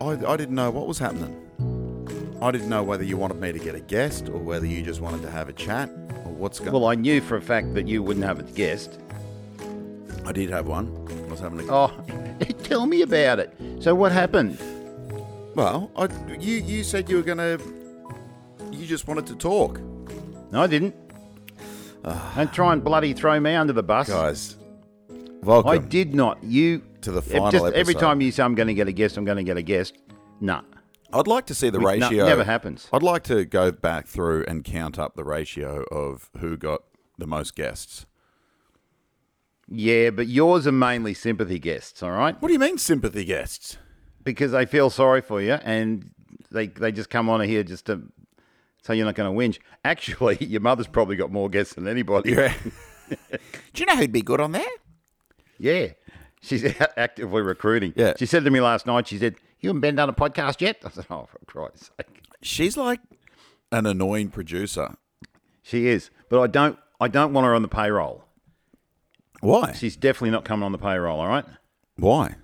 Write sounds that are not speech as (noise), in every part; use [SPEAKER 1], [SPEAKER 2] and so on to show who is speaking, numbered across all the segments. [SPEAKER 1] I, I didn't know what was happening. I didn't know whether you wanted me to get a guest or whether you just wanted to have a chat or what's going.
[SPEAKER 2] Well, I knew for a fact that you wouldn't have a guest.
[SPEAKER 1] I did have one. I was having a.
[SPEAKER 2] Oh, (laughs) tell me about it. So what happened?
[SPEAKER 1] Well, I, you you said you were gonna. You just wanted to talk,
[SPEAKER 2] No, I didn't. Don't try and bloody throw me under the bus.
[SPEAKER 1] guys.
[SPEAKER 2] I
[SPEAKER 1] Welcome.
[SPEAKER 2] did not. You
[SPEAKER 1] To the
[SPEAKER 2] Ev-
[SPEAKER 1] final
[SPEAKER 2] just Every
[SPEAKER 1] episode.
[SPEAKER 2] time you say I'm going to get a guest, I'm going to get a guest. Nah,
[SPEAKER 1] I'd like to see the
[SPEAKER 2] We- no,
[SPEAKER 1] ratio.
[SPEAKER 2] never happens.
[SPEAKER 1] I'd like to go back through and count up the ratio of who got the most guests.
[SPEAKER 2] Yeah, but yours are mainly sympathy guests, all right?
[SPEAKER 1] What do you mean sympathy guests?
[SPEAKER 2] Because they feel sorry for you and they they just come on here just to say you're not going to whinge. Actually, (laughs) your mother's probably got more guests than anybody.
[SPEAKER 1] Yeah. do you know who'd be good on there?
[SPEAKER 2] Yeah. She's (laughs) out actively recruiting.
[SPEAKER 1] Yeah.
[SPEAKER 2] She said to me last night, she said, You haven't been done a podcast yet? I said, Oh, for Christ's sake.
[SPEAKER 1] She's like an annoying producer.
[SPEAKER 2] She is. But I don't I don't want her on the payroll.
[SPEAKER 1] Why?
[SPEAKER 2] She's definitely not coming on the payroll, all right?
[SPEAKER 1] Why?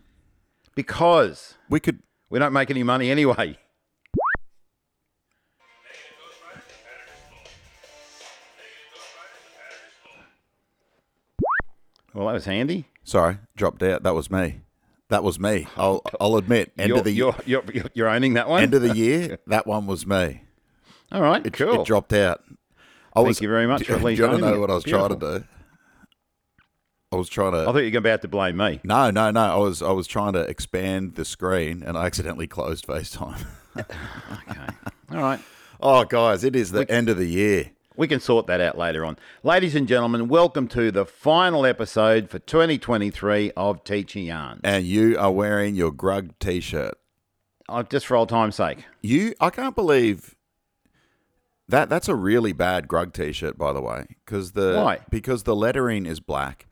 [SPEAKER 2] Because
[SPEAKER 1] We could.
[SPEAKER 2] we don't make any money anyway. Well, that was handy.
[SPEAKER 1] Sorry, dropped out. That was me. That was me.
[SPEAKER 2] (laughs)
[SPEAKER 1] I'll I'll admit. End
[SPEAKER 2] you're,
[SPEAKER 1] of the
[SPEAKER 2] you're, you're, you're- you're owning that one.
[SPEAKER 1] end
[SPEAKER 2] (laughs)
[SPEAKER 1] of the year. That one was me.
[SPEAKER 2] All right, cool.
[SPEAKER 1] It dropped out. I
[SPEAKER 2] Thank
[SPEAKER 1] was,
[SPEAKER 2] you very
[SPEAKER 1] (laughs)
[SPEAKER 2] much
[SPEAKER 1] Do,
[SPEAKER 2] for at
[SPEAKER 1] do
[SPEAKER 2] least
[SPEAKER 1] you wanna
[SPEAKER 2] owning
[SPEAKER 1] know
[SPEAKER 2] it.
[SPEAKER 1] what I was trying to do? I was trying
[SPEAKER 2] I
[SPEAKER 1] to.
[SPEAKER 2] thought you were about to blame me.
[SPEAKER 1] No, no, no. I was I was trying to expand the screen and I accidentally closed (laughs) FaceTime.
[SPEAKER 2] All right.
[SPEAKER 1] oh, guys, it is the end of the year.
[SPEAKER 2] We can sort that out later on. Ladies and gentlemen, welcome to the final episode for 2023 of Teaching Yarn.
[SPEAKER 1] and you are wearing your Grug T-shirt.
[SPEAKER 2] Uh, just for old time's sake.
[SPEAKER 1] You, I can't believe that. That's a really bad Grug T-shirt, by the way, because the
[SPEAKER 2] Why?
[SPEAKER 1] because the lettering is black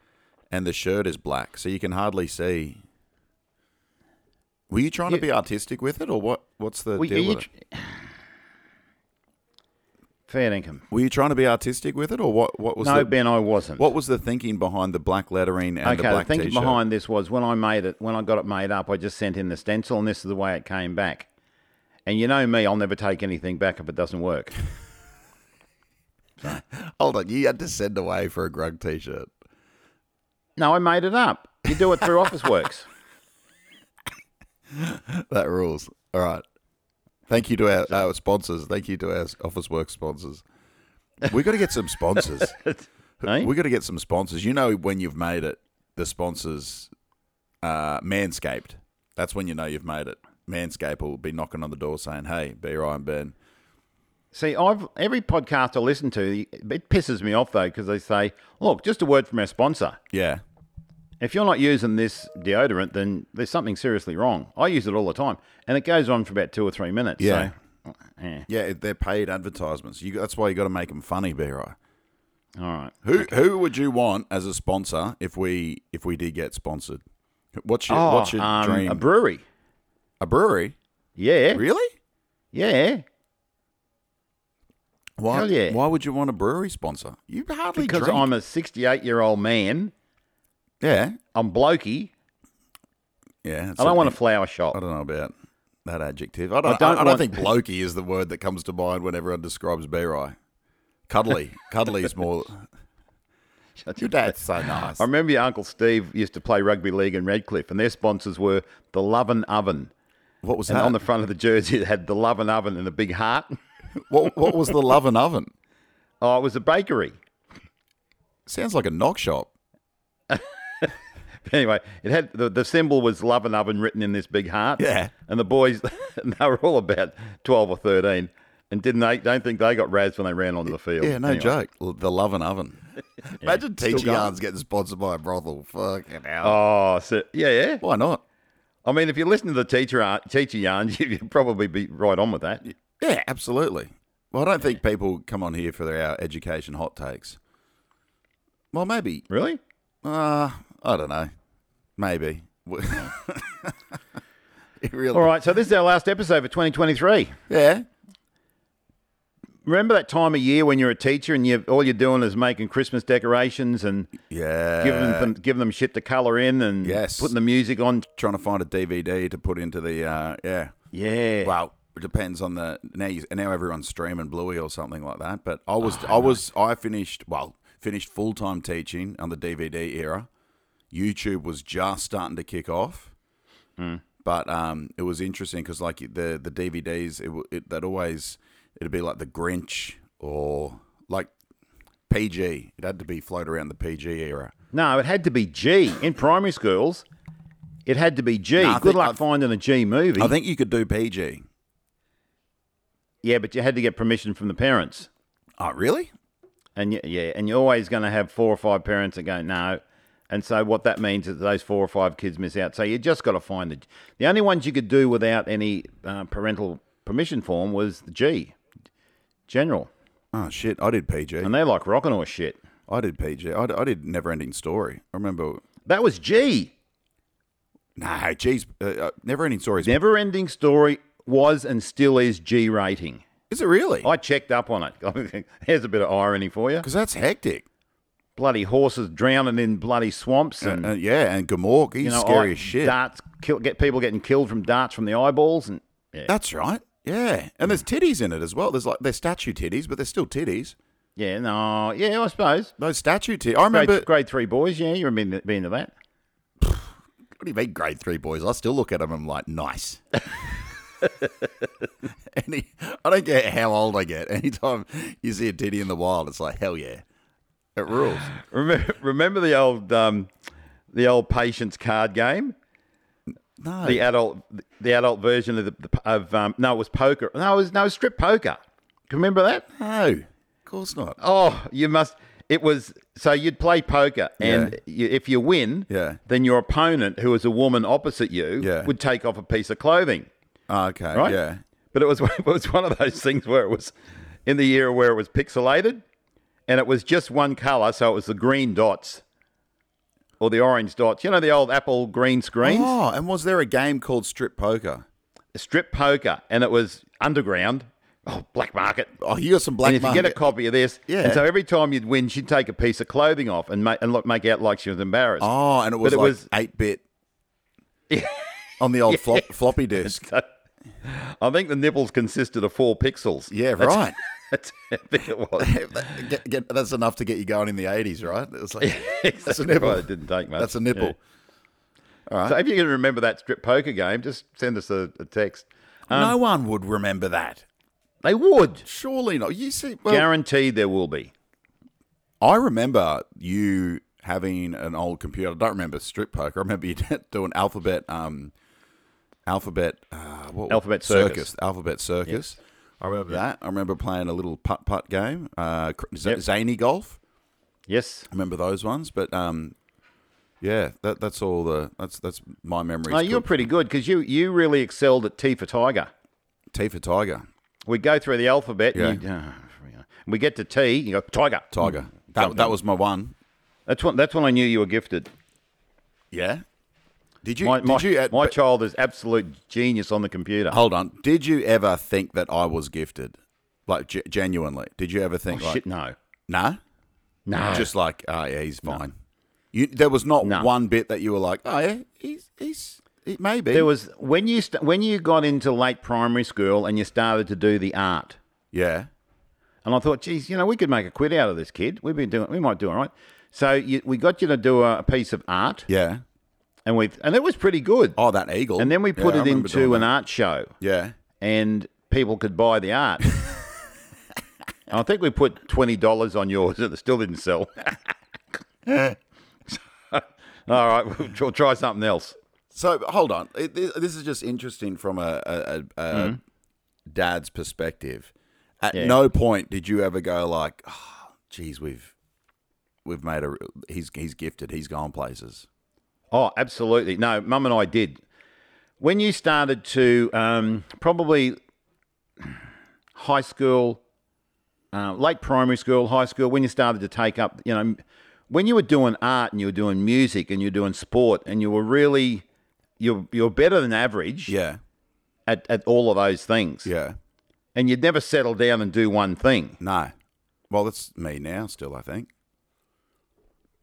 [SPEAKER 1] and the shirt is black, so you can hardly see. Were you trying to be artistic with it, or what? What's the
[SPEAKER 2] Well,
[SPEAKER 1] deal
[SPEAKER 2] you-
[SPEAKER 1] with it?
[SPEAKER 2] Fair income.
[SPEAKER 1] Were you trying to be artistic with it, or what? What was
[SPEAKER 2] No,
[SPEAKER 1] the,
[SPEAKER 2] Ben, I wasn't.
[SPEAKER 1] what was the thinking behind the black lettering and the
[SPEAKER 2] okay, the
[SPEAKER 1] black
[SPEAKER 2] thinking
[SPEAKER 1] T-shirt?
[SPEAKER 2] behind this was when I made it, when I got it made up, I just sent in the stencil, and this is the way it came back. And you know me, I'll never take anything back if it doesn't work.
[SPEAKER 1] Hold on, you had to send away for a Grug T-shirt.
[SPEAKER 2] No, I made it up. You
[SPEAKER 1] (laughs)
[SPEAKER 2] do it through Office Works.
[SPEAKER 1] That rules. All right. Thank you to our, our sponsors. Thank you to our Office Work sponsors. We got to get some sponsors.
[SPEAKER 2] (laughs) eh?
[SPEAKER 1] we got to get some sponsors. You know when you've made it, the sponsors uh Manscaped. That's when you know you've made it. Manscaped will be knocking on the door saying, "Hey, be Ryan Ben."
[SPEAKER 2] See, I've every podcast I listen to, it pisses me off though because they say, "Look, just a word from our sponsor.
[SPEAKER 1] Yeah.
[SPEAKER 2] If you're not using this deodorant, then there's something seriously wrong." I use it all the time, and it goes on for about two or three minutes.
[SPEAKER 1] Yeah.
[SPEAKER 2] So, yeah.
[SPEAKER 1] Yeah, it- they're paid advertisements. You, that's why you got to make them funny, be right.
[SPEAKER 2] All right.
[SPEAKER 1] Who who would you want as a sponsor if we if we did get sponsored? What's your what's your
[SPEAKER 2] um,
[SPEAKER 1] dream?
[SPEAKER 2] A brewery.
[SPEAKER 1] a brewery?
[SPEAKER 2] Yeah.
[SPEAKER 1] Really?
[SPEAKER 2] Yeah.
[SPEAKER 1] Why?
[SPEAKER 2] Hell yeah.
[SPEAKER 1] Why would you want a brewery sponsor? You hardly
[SPEAKER 2] Because
[SPEAKER 1] drink.
[SPEAKER 2] I'm a 68 year old man.
[SPEAKER 1] yeah,
[SPEAKER 2] I'm blokey.
[SPEAKER 1] yeah.
[SPEAKER 2] I don't want a
[SPEAKER 1] to.
[SPEAKER 2] flower
[SPEAKER 1] I
[SPEAKER 2] shop.
[SPEAKER 1] don't know about that adjective. I don't. I
[SPEAKER 2] I
[SPEAKER 1] don't,
[SPEAKER 2] don't want-
[SPEAKER 1] think blokey is the word that comes to mind when everyone describes Beery.
[SPEAKER 2] (laughs)
[SPEAKER 1] Cuddly, cuddly is more. Your dad's so nice.
[SPEAKER 2] I remember your Uncle Steve used to play rugby league in Redcliffe, and their sponsors were the Love and Oven.
[SPEAKER 1] What was
[SPEAKER 2] And
[SPEAKER 1] that?
[SPEAKER 2] on the front of the jersey, it had the Love and Oven and a big heart.
[SPEAKER 1] (laughs)
[SPEAKER 2] (laughs)
[SPEAKER 1] what, what was the love and oven?
[SPEAKER 2] Oh, it was a bakery. (laughs)
[SPEAKER 1] Sounds like a knock shop.
[SPEAKER 2] But anyway, it had the, the symbol was Love and Oven written in this big heart.
[SPEAKER 1] Yeah.
[SPEAKER 2] And the boys, (laughs) they were all about 12 or 13. And didn't they? Don't think they got razzed when they ran onto the field.
[SPEAKER 1] Yeah, no
[SPEAKER 2] Anyway.
[SPEAKER 1] joke. L- The love and
[SPEAKER 2] (laughs)
[SPEAKER 1] oven. Imagine
[SPEAKER 2] still
[SPEAKER 1] teaching
[SPEAKER 2] going.
[SPEAKER 1] yarns getting sponsored by a brothel. Fucking hell.
[SPEAKER 2] Oh, so, yeah, yeah.
[SPEAKER 1] Why not?
[SPEAKER 2] I mean, if you listen to the teacher ar- teacher yarns, (laughs) you'd probably be right on with that.
[SPEAKER 1] Yeah, absolutely. Well, I don't think people come on here for their our education hot takes. Well, maybe.
[SPEAKER 2] Really?
[SPEAKER 1] Uh, I don't know. Maybe. (laughs) it really,
[SPEAKER 2] All right. So this is our last episode for 2023.
[SPEAKER 1] Yeah.
[SPEAKER 2] Remember that time of year when you're a teacher and you all you're doing is making Christmas decorations and
[SPEAKER 1] Yeah.
[SPEAKER 2] giving them giving them shit to color in and
[SPEAKER 1] Uh, Yes.
[SPEAKER 2] putting the music on.
[SPEAKER 1] Trying to find a DVD to put into the uh, yeah.
[SPEAKER 2] Yeah.
[SPEAKER 1] Well, it depends on the now. You, now everyone's streaming Bluey or something like that. But Ah, I was, I was, I finished. Well, finished full time teaching on the DVD era. YouTube was just starting to kick off, Hmm. but um, it was interesting because like the the DVDs, it, w- it that always it'd be like the Grinch or like PG. It had to be float around the PG era.
[SPEAKER 2] No, it had to be G in primary schools. It had to be G.
[SPEAKER 1] No, I
[SPEAKER 2] Good
[SPEAKER 1] think-
[SPEAKER 2] luck
[SPEAKER 1] I-
[SPEAKER 2] finding a G movie.
[SPEAKER 1] I think you could do PG.
[SPEAKER 2] yeah, but you had to get permission from the parents.
[SPEAKER 1] Oh, really?
[SPEAKER 2] And y- yeah, and you're always going to have four or five parents that go no, and so what that means is those four or five kids miss out. So you just got to find the the only ones you could do without any uh, parental permission form was the G, general,
[SPEAKER 1] Oh shit! I did PG.
[SPEAKER 2] and they're like rocking or shit.
[SPEAKER 1] I did PG. I, d- I did Never Ending Story. I remember.
[SPEAKER 2] That was G.
[SPEAKER 1] Nah, geez, uh, uh, Never Ending Story. Is,
[SPEAKER 2] Never ending story was and still is G rating.
[SPEAKER 1] is it really?
[SPEAKER 2] I checked up on it. (laughs) Here's a bit of irony for you.
[SPEAKER 1] Because that's hectic.
[SPEAKER 2] Bloody horses drowning in bloody swamps and
[SPEAKER 1] Uh, yeah, and Gamork, he's
[SPEAKER 2] you know
[SPEAKER 1] scary
[SPEAKER 2] I-
[SPEAKER 1] as shit.
[SPEAKER 2] darts kill, get people getting killed from darts from the eyeballs and yeah.
[SPEAKER 1] That's right. Yeah, and there's titties in it as well. There's like they're statue titties, but they're still titties.
[SPEAKER 2] Yeah, no, yeah, I suppose.
[SPEAKER 1] Those statue titties. I
[SPEAKER 2] Grade,
[SPEAKER 1] remember.
[SPEAKER 2] grade three boys, yeah, you remember being to that.
[SPEAKER 1] What do you mean, grade three boys? I still look at them and I'm like, nice. (laughs) Any, I don't care how old I get. Anytime you see a titty in the wild, it's like hell yeah, it
[SPEAKER 2] (sighs)
[SPEAKER 1] rules.
[SPEAKER 2] Remember, remember the old, um, the old patience card game,
[SPEAKER 1] No,
[SPEAKER 2] the adult, the adult version of the, the of um, no, it was poker. No, it was no strip poker. Can you remember that?
[SPEAKER 1] no, of course not.
[SPEAKER 2] Oh, you must. It was so you'd play poker, and you, if you win,
[SPEAKER 1] Yeah.
[SPEAKER 2] then your opponent, who was a woman opposite you,
[SPEAKER 1] Yeah.
[SPEAKER 2] would take off a piece of clothing.
[SPEAKER 1] Oh, okay,
[SPEAKER 2] right?
[SPEAKER 1] yeah.
[SPEAKER 2] But it was (laughs) it was one of those things where it was in the era where it was pixelated, and it was just one color, so it was the green dots or the orange dots. You know the old Apple green screens,
[SPEAKER 1] Oh, and was there a game called Strip Poker?
[SPEAKER 2] strip poker, and it was underground, oh black market.
[SPEAKER 1] Oh, you got some black
[SPEAKER 2] and if you get a
[SPEAKER 1] market-
[SPEAKER 2] copy of this,
[SPEAKER 1] Yeah.
[SPEAKER 2] and so every time you'd win, she'd take a piece of clothing off and make and look, make out like she was embarrassed.
[SPEAKER 1] Oh, and it was
[SPEAKER 2] it
[SPEAKER 1] like
[SPEAKER 2] was-
[SPEAKER 1] eight bit (laughs) on the old flop, floppy disk.
[SPEAKER 2] (laughs) I think the nipples consisted of four pixels.
[SPEAKER 1] (laughs) Yeah,
[SPEAKER 2] That's-
[SPEAKER 1] right.
[SPEAKER 2] (laughs) That's, I think it was.
[SPEAKER 1] Get- get- that's enough to get you going in the eighties, right? It's like (laughs) that's a
[SPEAKER 2] Exactly
[SPEAKER 1] nipple.
[SPEAKER 2] right, It didn't take much.
[SPEAKER 1] That's a nipple.
[SPEAKER 2] So if you can remember that strip poker game, just send us a, a text.
[SPEAKER 1] no one would remember that.
[SPEAKER 2] They would.
[SPEAKER 1] Surely not. You see, well,
[SPEAKER 2] Guaranteed there will be.
[SPEAKER 1] I remember you having an old computer. I don't remember strip poker. I remember you (laughs) doing alphabet, um, alphabet, uh, what,
[SPEAKER 2] Alphabet Circus.
[SPEAKER 1] alphabet circus. I remember that. I remember playing a little putt putt game, uh, cr- z- zany golf.
[SPEAKER 2] Yes.
[SPEAKER 1] I remember those ones, but um, yeah, that that's all the that's that's my memories.
[SPEAKER 2] No, you're pretty good because you, you really excelled at T for Tiger.
[SPEAKER 1] T for Tiger,
[SPEAKER 2] We go through the alphabet. And you, ah, we get to T, you go, Tiger.
[SPEAKER 1] Tiger. That that was my one.
[SPEAKER 2] That's when, that's when I knew you were gifted.
[SPEAKER 1] Yeah. Did you?
[SPEAKER 2] My, my,
[SPEAKER 1] did you? uh,
[SPEAKER 2] my
[SPEAKER 1] but-
[SPEAKER 2] child is absolute genius on the computer.
[SPEAKER 1] hold on. Did you ever think that I was gifted? Like ge- genuinely, did you ever think like
[SPEAKER 2] Oh, Shit, no.
[SPEAKER 1] Nah?
[SPEAKER 2] No.
[SPEAKER 1] Just like, oh yeah, he's fine. You there was not
[SPEAKER 2] No.
[SPEAKER 1] one bit that you were like, oh yeah, he's he's he, maybe.
[SPEAKER 2] There was when you st- when you got into late primary school and you started to do the art,
[SPEAKER 1] yeah.
[SPEAKER 2] and I thought, geez, you know, we could make a quid out of this kid. We've been doing, we might do all right. So you, we got you to do a, a piece of art,
[SPEAKER 1] Yeah.
[SPEAKER 2] and we and it was pretty good.
[SPEAKER 1] Oh, that eagle.
[SPEAKER 2] And then we put
[SPEAKER 1] Yeah, I
[SPEAKER 2] it
[SPEAKER 1] remember doing
[SPEAKER 2] into an
[SPEAKER 1] that.
[SPEAKER 2] art show,
[SPEAKER 1] Yeah.
[SPEAKER 2] and people could buy
[SPEAKER 1] (laughs)
[SPEAKER 2] the art. And I think we put twenty dollars on yours, and it still didn't sell. (laughs) So, all right, we'll, we'll try something else.
[SPEAKER 1] So hold on, It- this this is just interesting from a, a, a, a dad's perspective. At
[SPEAKER 2] Hmm? Yeah.
[SPEAKER 1] no point did you ever go like, oh, "Geez, we've we've made a he's he's gifted, he's gone places."
[SPEAKER 2] Oh, absolutely. No, mum and I did. When you started to um, probably high school, uh, late primary school, high school, when you started to take up, you know, when you were doing art and you were doing music and you were doing sport and you were really, you're, you're better than average
[SPEAKER 1] Yeah,
[SPEAKER 2] at, at all of those things.
[SPEAKER 1] yeah,
[SPEAKER 2] and you'd never settle down and do one thing.
[SPEAKER 1] No. Well, that's me now. Still, I think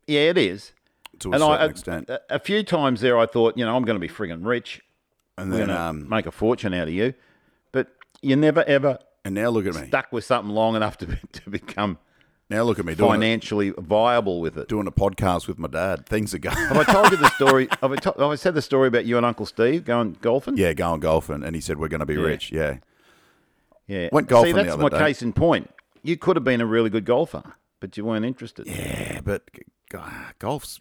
[SPEAKER 2] Yeah, it is.
[SPEAKER 1] to a
[SPEAKER 2] and
[SPEAKER 1] certain
[SPEAKER 2] I, uh,
[SPEAKER 1] extent.
[SPEAKER 2] A, a few times there, I thought, you know, I'm going to be friggin' rich,
[SPEAKER 1] and
[SPEAKER 2] I'm
[SPEAKER 1] then,
[SPEAKER 2] going to
[SPEAKER 1] um,
[SPEAKER 2] make a fortune out of you, but you never ever
[SPEAKER 1] and now look at me.
[SPEAKER 2] stuck with something long enough to be, to become
[SPEAKER 1] Now look at me doing a,
[SPEAKER 2] financially viable with it.
[SPEAKER 1] doing a podcast with my dad. Things are
[SPEAKER 2] (laughs)
[SPEAKER 1] going.
[SPEAKER 2] Have I told you the
[SPEAKER 1] (laughs)
[SPEAKER 2] story? Have I, to, have I said the story about you and Uncle Steve going golfing?
[SPEAKER 1] yeah, going golfing, and he said we're going to be rich. Yeah,
[SPEAKER 2] yeah.
[SPEAKER 1] Went
[SPEAKER 2] See,
[SPEAKER 1] golfing the
[SPEAKER 2] that's
[SPEAKER 1] other
[SPEAKER 2] my
[SPEAKER 1] day.
[SPEAKER 2] case in point. You could have been a really good golfer, but you weren't interested.
[SPEAKER 1] yeah, but g- g- ah, golf's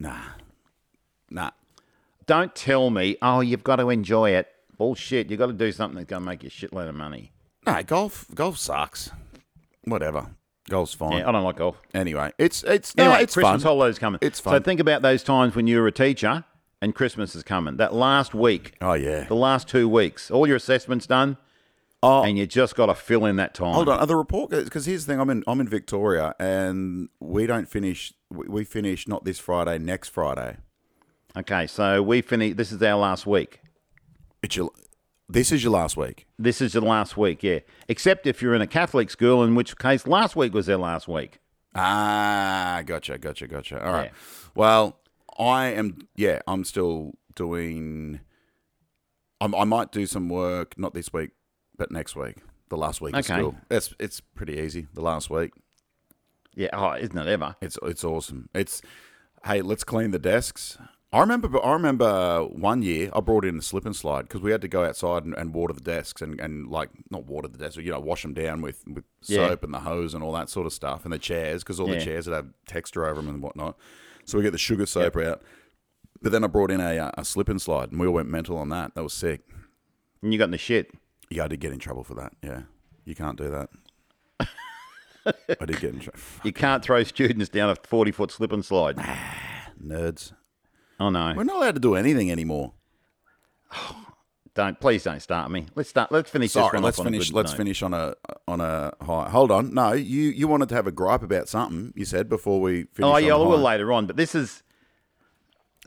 [SPEAKER 1] nah, nah.
[SPEAKER 2] Don't tell me, oh, you've got to enjoy it. Bullshit. You've got to do something that's going to make you a shitload of money.
[SPEAKER 1] No, golf golf sucks. Whatever. Golf's fine.
[SPEAKER 2] Yeah, I don't like golf.
[SPEAKER 1] Anyway, it's it's no,
[SPEAKER 2] Anyway,
[SPEAKER 1] it's
[SPEAKER 2] Christmas
[SPEAKER 1] fun.
[SPEAKER 2] holidays coming.
[SPEAKER 1] It's
[SPEAKER 2] So
[SPEAKER 1] fun.
[SPEAKER 2] think about those times when you were a teacher and Christmas is coming. That last week,
[SPEAKER 1] Oh yeah.
[SPEAKER 2] the last two weeks, all your assessments done,
[SPEAKER 1] Oh.
[SPEAKER 2] and you just got to fill in that time.
[SPEAKER 1] Hold on, are the report because here's the thing. I'm in I'm in Victoria, and we don't finish. We, we finish not this Friday, next Friday.
[SPEAKER 2] Okay, so we finish. This is our last week.
[SPEAKER 1] It's your. This is your last week.
[SPEAKER 2] This is the last week, yeah. Except if you're in a Catholic school, in which case last week was their last week.
[SPEAKER 1] Ah, gotcha, gotcha, gotcha. All right.
[SPEAKER 2] Yeah.
[SPEAKER 1] Well, I am. Yeah, I'm still doing. I'm, I might do some work not this week, but next week. The last week of
[SPEAKER 2] Okay.
[SPEAKER 1] school. It's it's pretty easy. The last week.
[SPEAKER 2] Yeah, oh, isn't it ever?
[SPEAKER 1] It's it's awesome. It's hey, let's clean the desks. I remember, but I remember uh, one year I brought in the slip and slide because we had to go outside and, and water the desks and, and like not water the desks, but, you know, wash them down with, with
[SPEAKER 2] Yeah.
[SPEAKER 1] soap and the hose and all that sort of stuff and the chairs because all
[SPEAKER 2] Yeah.
[SPEAKER 1] the chairs that have texture over them and whatnot. So we get the sugar soap out. But then I brought in a, uh, a slip and slide and we all went mental on that. That was sick.
[SPEAKER 2] And you got in the shit.
[SPEAKER 1] Yeah, I did get in trouble for that. Yeah, you can't do
[SPEAKER 2] (laughs)
[SPEAKER 1] that. I did get in trouble.
[SPEAKER 2] You can't throw (laughs) students down a 40 foot slip and slide.
[SPEAKER 1] Nerds.
[SPEAKER 2] Oh, no.
[SPEAKER 1] We're not allowed to do anything anymore.
[SPEAKER 2] Don't, please don't start me. Let's start. Let's finish this
[SPEAKER 1] Sorry,
[SPEAKER 2] one
[SPEAKER 1] let's
[SPEAKER 2] off on a
[SPEAKER 1] finish.
[SPEAKER 2] good
[SPEAKER 1] Let's
[SPEAKER 2] note.
[SPEAKER 1] finish on a on a high. Hold on, no, you you wanted to have a gripe about something you said before we finish.
[SPEAKER 2] Oh,
[SPEAKER 1] on
[SPEAKER 2] yeah,
[SPEAKER 1] a
[SPEAKER 2] I will
[SPEAKER 1] high.
[SPEAKER 2] later on. But this is,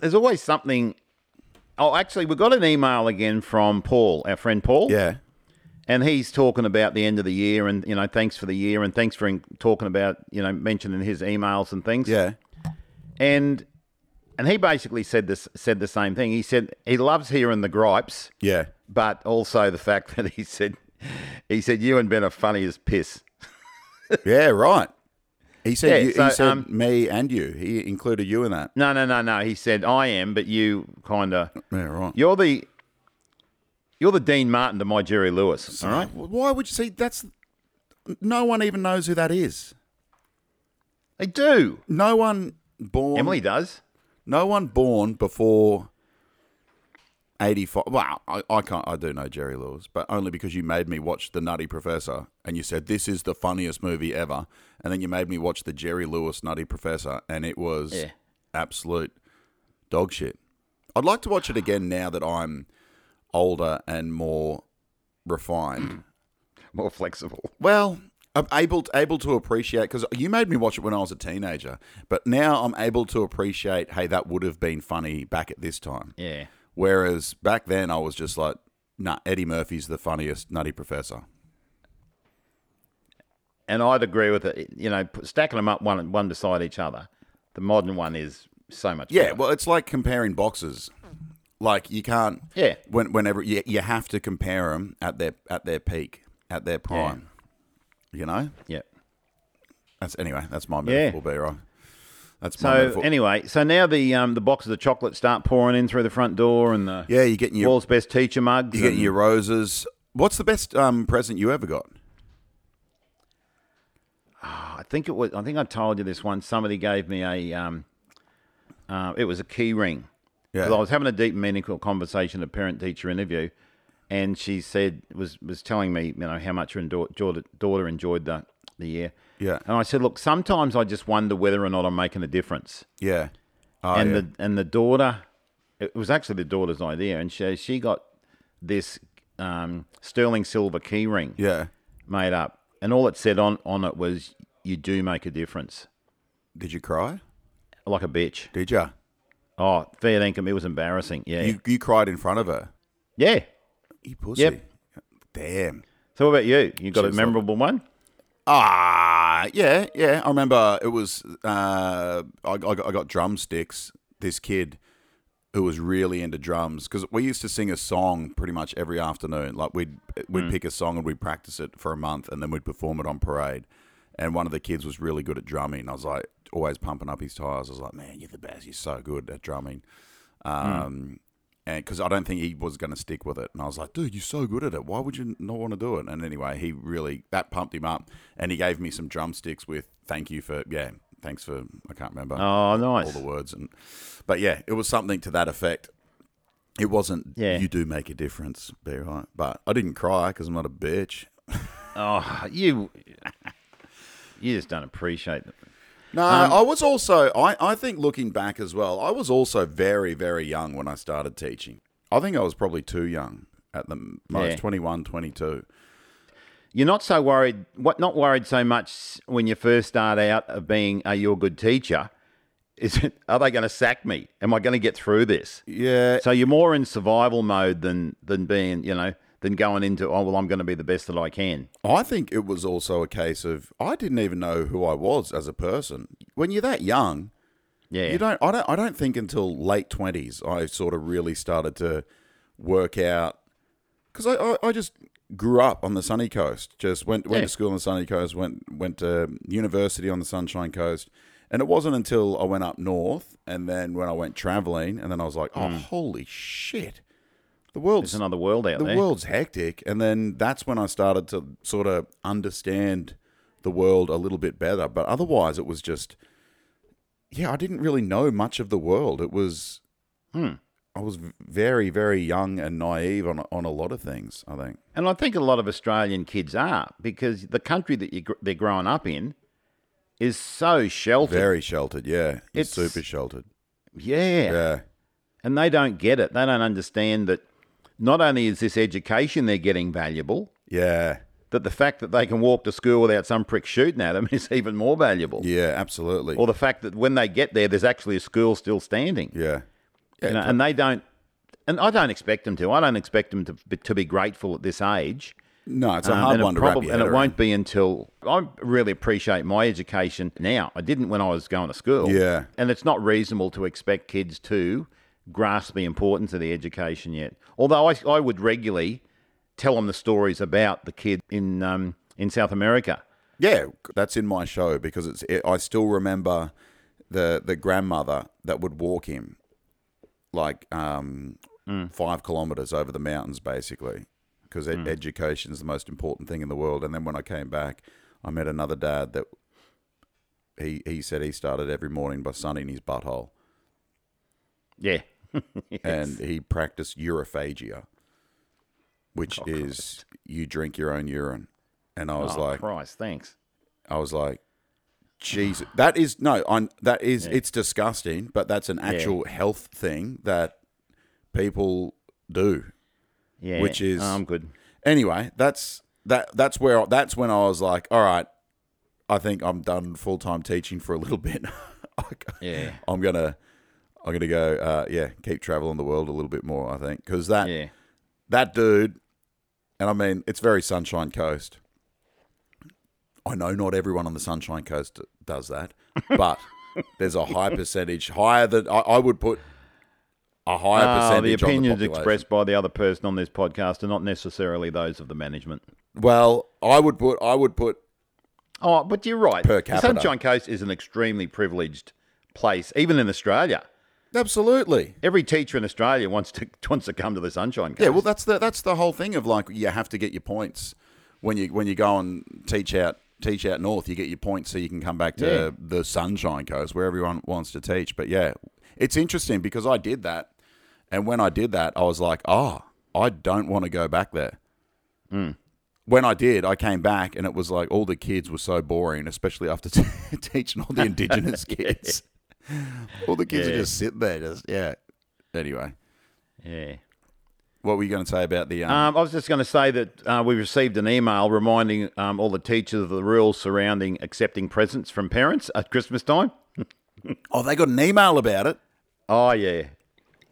[SPEAKER 2] there's always something. Oh, actually, we got an email again from Paul, our friend Paul.
[SPEAKER 1] Yeah,
[SPEAKER 2] And he's talking about the end of the year and, you know, thanks for the year and thanks for in- talking about, you know, mentioning his emails and things.
[SPEAKER 1] yeah.
[SPEAKER 2] And and he basically said this said the same thing. He said he loves hearing the gripes,
[SPEAKER 1] Yeah,
[SPEAKER 2] but also the fact (laughs) that he said he said you and Ben are funny as piss.
[SPEAKER 1] yeah, right. He said,
[SPEAKER 2] Yeah,
[SPEAKER 1] you,
[SPEAKER 2] so,
[SPEAKER 1] he said
[SPEAKER 2] um,
[SPEAKER 1] me and you. He included you in that.
[SPEAKER 2] No, no, no, no. He said I am, but you kind of
[SPEAKER 1] Yeah, right.
[SPEAKER 2] you're the you're the Dean Martin to my Jerry Lewis. All
[SPEAKER 1] All
[SPEAKER 2] right.
[SPEAKER 1] right. Well, Why would you see? That's no one even knows who that is.
[SPEAKER 2] They do.
[SPEAKER 1] No one born.
[SPEAKER 2] Emily does.
[SPEAKER 1] No one born before eighty-five. Well, I, I can't. I do know Jerry Lewis, but only because you made me watch The Nutty Professor, and you said this is the funniest movie ever, and then you made me watch the Jerry Lewis Nutty Professor, and it was
[SPEAKER 2] Yeah.
[SPEAKER 1] absolute dog shit. I'd like to watch it again now that I'm older and more refined.
[SPEAKER 2] More flexible.
[SPEAKER 1] Well, I'm able able to appreciate because you made me watch it when I was a teenager, but now I'm able to appreciate. Hey, that would have been funny back at this time.
[SPEAKER 2] Yeah.
[SPEAKER 1] Whereas back then, I was just like, "Nah, Eddie Murphy's the funniest nutty professor."
[SPEAKER 2] And I'd agree with it. You know, put- stacking them up one one beside each other. The modern one is so much.
[SPEAKER 1] Yeah,
[SPEAKER 2] better.
[SPEAKER 1] well, it's like comparing boxes. Like you can't.
[SPEAKER 2] Yeah.
[SPEAKER 1] When, whenever you, you have to compare them at their at their peak, at their prime. You know.
[SPEAKER 2] yeah.
[SPEAKER 1] That's anyway. That's my
[SPEAKER 2] Yeah.
[SPEAKER 1] metaphor, be right. That's my
[SPEAKER 2] So
[SPEAKER 1] metaphor.
[SPEAKER 2] anyway, so now the um, the boxes of chocolate start pouring in through the front door, and the
[SPEAKER 1] yeah, you're getting your
[SPEAKER 2] world's best teacher mugs.
[SPEAKER 1] you're getting
[SPEAKER 2] and-
[SPEAKER 1] your roses. What's the best um, present you ever got?
[SPEAKER 2] I think it was. I think I told you this one. Somebody gave me a. Um, uh, it was a key ring. 'Cause I was having a deep, meaningful conversation, a parent-teacher interview, and she said was was telling me, you know, how much her and dau- daughter, daughter enjoyed the the year.
[SPEAKER 1] Yeah.
[SPEAKER 2] And I said, look, sometimes I just wonder whether or not I'm making a difference.
[SPEAKER 1] Yeah. Oh,
[SPEAKER 2] and
[SPEAKER 1] yeah.
[SPEAKER 2] the and the daughter, it was actually the daughter's idea, and she she got this um, sterling silver key ring
[SPEAKER 1] yeah.
[SPEAKER 2] made up, and all it said on on it was "You do make a difference,"
[SPEAKER 1] Did you cry?
[SPEAKER 2] like a bitch.
[SPEAKER 1] Did ya?
[SPEAKER 2] Oh, fair dinkum, it was embarrassing. Yeah,
[SPEAKER 1] You you cried in front of her.
[SPEAKER 2] yeah.
[SPEAKER 1] You pussy.
[SPEAKER 2] Yep.
[SPEAKER 1] Damn.
[SPEAKER 2] So what about you? You got a
[SPEAKER 1] Cheers,
[SPEAKER 2] memorable one?
[SPEAKER 1] Ah, yeah, yeah. I remember it was. Uh, I, I, got, I got drumsticks. This kid who was really into drums because we used to sing a song pretty much every afternoon. Like we'd we'd pick a song and we'd practice it for a month and then we'd perform it on parade. And one of the kids was really good at drumming. I was like always pumping up his tires. I was like, man, you're the best. You're so good at drumming. Um, and because I don't think he was going to stick with it. And I was like, dude, you're so good at it. Why would you not want to do it? And anyway, he really that pumped him up, and he gave me some drumsticks with thank you for yeah, thanks for I can't remember
[SPEAKER 2] Oh,
[SPEAKER 1] all
[SPEAKER 2] nice.
[SPEAKER 1] the words and but yeah, it was something to that effect. It wasn't
[SPEAKER 2] Yeah.
[SPEAKER 1] you do make a difference, be right. But I didn't cry because I'm not a bitch.
[SPEAKER 2] Oh, you (laughs) you just don't appreciate them.
[SPEAKER 1] No,
[SPEAKER 2] Um,
[SPEAKER 1] I was also I, I think looking back as well, I was also very, very young when I started teaching. I think I was probably too young at the most,
[SPEAKER 2] Yeah.
[SPEAKER 1] 21, 22.
[SPEAKER 2] You're not so worried. What not worried so much when you first start out of being a you a good teacher? Is (laughs) it are they going to sack me? Am I going to get through this?
[SPEAKER 1] Yeah.
[SPEAKER 2] So you're more in survival mode than than being you know than going into oh well I'm going to be the best that I can.
[SPEAKER 1] I think it was also a case of I didn't even know who I was as a person. When you're that young,
[SPEAKER 2] Yeah.
[SPEAKER 1] You don't. I don't. I don't think until late twenties I sort of really started to work out because I, I I just grew up on the sunny coast. Just went went
[SPEAKER 2] Yeah.
[SPEAKER 1] to school on the sunny coast. Went went to university on the sunshine coast. And it wasn't until I went up north, and then when I went traveling, and then I was like, "Oh,
[SPEAKER 2] Mm.
[SPEAKER 1] holy shit! The world's
[SPEAKER 2] There's another world out
[SPEAKER 1] the
[SPEAKER 2] there.
[SPEAKER 1] world's hectic and then that's when i started to sort of understand the world a little bit better but otherwise it was just yeah i didn't really know much of the world it was
[SPEAKER 2] Hmm.
[SPEAKER 1] i was very very young and naive on on a lot of things i think
[SPEAKER 2] And I think a lot of Australian kids are because the country that you, gr- they're growing up in is so sheltered.
[SPEAKER 1] very sheltered yeah it's
[SPEAKER 2] It's-
[SPEAKER 1] super sheltered
[SPEAKER 2] yeah.
[SPEAKER 1] yeah
[SPEAKER 2] And they don't get it. They don't understand that not only is this education they're getting valuable,
[SPEAKER 1] yeah
[SPEAKER 2] that the fact that they can walk to school without some prick shooting at them (laughs) is even more valuable.
[SPEAKER 1] yeah absolutely
[SPEAKER 2] Or the fact that when they get there, there's actually a school still standing.
[SPEAKER 1] yeah
[SPEAKER 2] You know, and they don't, and I don't expect them to. I don't expect them to, to be grateful at this age.
[SPEAKER 1] no it's a
[SPEAKER 2] Um,
[SPEAKER 1] hard
[SPEAKER 2] and
[SPEAKER 1] one
[SPEAKER 2] it
[SPEAKER 1] to wrap
[SPEAKER 2] probab-
[SPEAKER 1] your
[SPEAKER 2] and
[SPEAKER 1] head
[SPEAKER 2] it
[SPEAKER 1] around.
[SPEAKER 2] won't be until I really appreciate my education now. I didn't when I was going to school.
[SPEAKER 1] Yeah.
[SPEAKER 2] And it's not reasonable to expect kids to grasp the importance of the education yet. Although I, I would regularly tell them the stories about the kid in um, in South America.
[SPEAKER 1] Yeah, that's in my show because it's. It, I still remember the the grandmother that would walk him like um, five kilometers over the mountains, basically, because ed- education is the most important thing in the world. And then when I came back, I met another dad that he he said he started every morning by sunning his butthole,
[SPEAKER 2] Yeah. (laughs)
[SPEAKER 1] and he practiced urophagia, which is you drink your own urine. And I was
[SPEAKER 2] oh,
[SPEAKER 1] like,
[SPEAKER 2] Christ, thanks.
[SPEAKER 1] I was like, Jesus, that is no, i that is it's disgusting, but that's an actual health thing that people do.
[SPEAKER 2] Yeah.
[SPEAKER 1] Which is-
[SPEAKER 2] Oh, I'm good.
[SPEAKER 1] Anyway, that's that that's where that's when I was like, all right, I think I'm done full time teaching for a little (laughs) bit.
[SPEAKER 2] Yeah.
[SPEAKER 1] I'm gonna I'm gonna go. Uh, yeah, keep traveling the world a little bit more. I think because that
[SPEAKER 2] Yeah.
[SPEAKER 1] that dude, and I mean, it's very Sunshine Coast. I know not everyone on the Sunshine Coast does that,
[SPEAKER 2] (laughs)
[SPEAKER 1] but there's a high percentage, higher than I, I would put a higher
[SPEAKER 2] Oh, the
[SPEAKER 1] percentage. on
[SPEAKER 2] opinions
[SPEAKER 1] population.
[SPEAKER 2] expressed by the other person on this podcast are not necessarily those of the management.
[SPEAKER 1] Well, I would put, I would put,
[SPEAKER 2] Oh, but you're right.
[SPEAKER 1] Per
[SPEAKER 2] The
[SPEAKER 1] capita.
[SPEAKER 2] Sunshine Coast is an extremely privileged place, even in Australia.
[SPEAKER 1] absolutely.
[SPEAKER 2] Every teacher in Australia wants to (laughs) wants to come to the Sunshine Coast.
[SPEAKER 1] Yeah, well, that's the that's the whole thing of like you have to get your points when you when you go and teach out teach out north. You get your points so you can come back to
[SPEAKER 2] Yeah.
[SPEAKER 1] the Sunshine Coast where everyone wants to teach. But yeah, it's interesting because I did that, and when I did that, I was like, oh, I don't want to go back there. When I did, I came back and it was like all the kids were so boring, especially after (laughs) t- teaching all the indigenous kids. All the kids
[SPEAKER 2] Yeah.
[SPEAKER 1] are just sitting there, just yeah. Anyway,
[SPEAKER 2] yeah.
[SPEAKER 1] what were you going to say about the um,
[SPEAKER 2] Um, I was just going to say that uh, we received an email reminding um, all the teachers of the rules surrounding accepting presents from parents at Christmas time.
[SPEAKER 1] Oh, they got an email about it.
[SPEAKER 2] Oh yeah.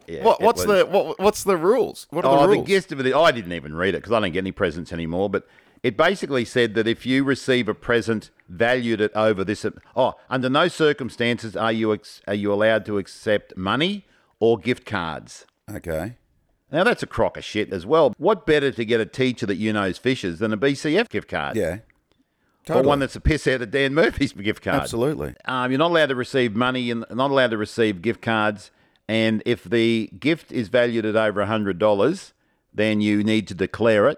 [SPEAKER 2] Yeah,
[SPEAKER 1] What,
[SPEAKER 2] it
[SPEAKER 1] what's
[SPEAKER 2] was-
[SPEAKER 1] the what, what's the rules? What are
[SPEAKER 2] oh,
[SPEAKER 1] the
[SPEAKER 2] the
[SPEAKER 1] rules?
[SPEAKER 2] gist of it. I didn't even read it because I don't get any presents anymore. But It basically said that if you receive a present valued at over this, oh, under no circumstances are you ex, are you allowed to accept money or gift cards.
[SPEAKER 1] Okay.
[SPEAKER 2] Now that's a crock of shit as well. What better to get a teacher that you knows fishes than a BCF gift card?
[SPEAKER 1] Yeah.
[SPEAKER 2] Or one that's a piss out of Dan Murphy's gift card.
[SPEAKER 1] Absolutely.
[SPEAKER 2] Um, you're not allowed to receive money and not allowed to receive gift cards. And if the gift is valued at over $100, then you need to declare it.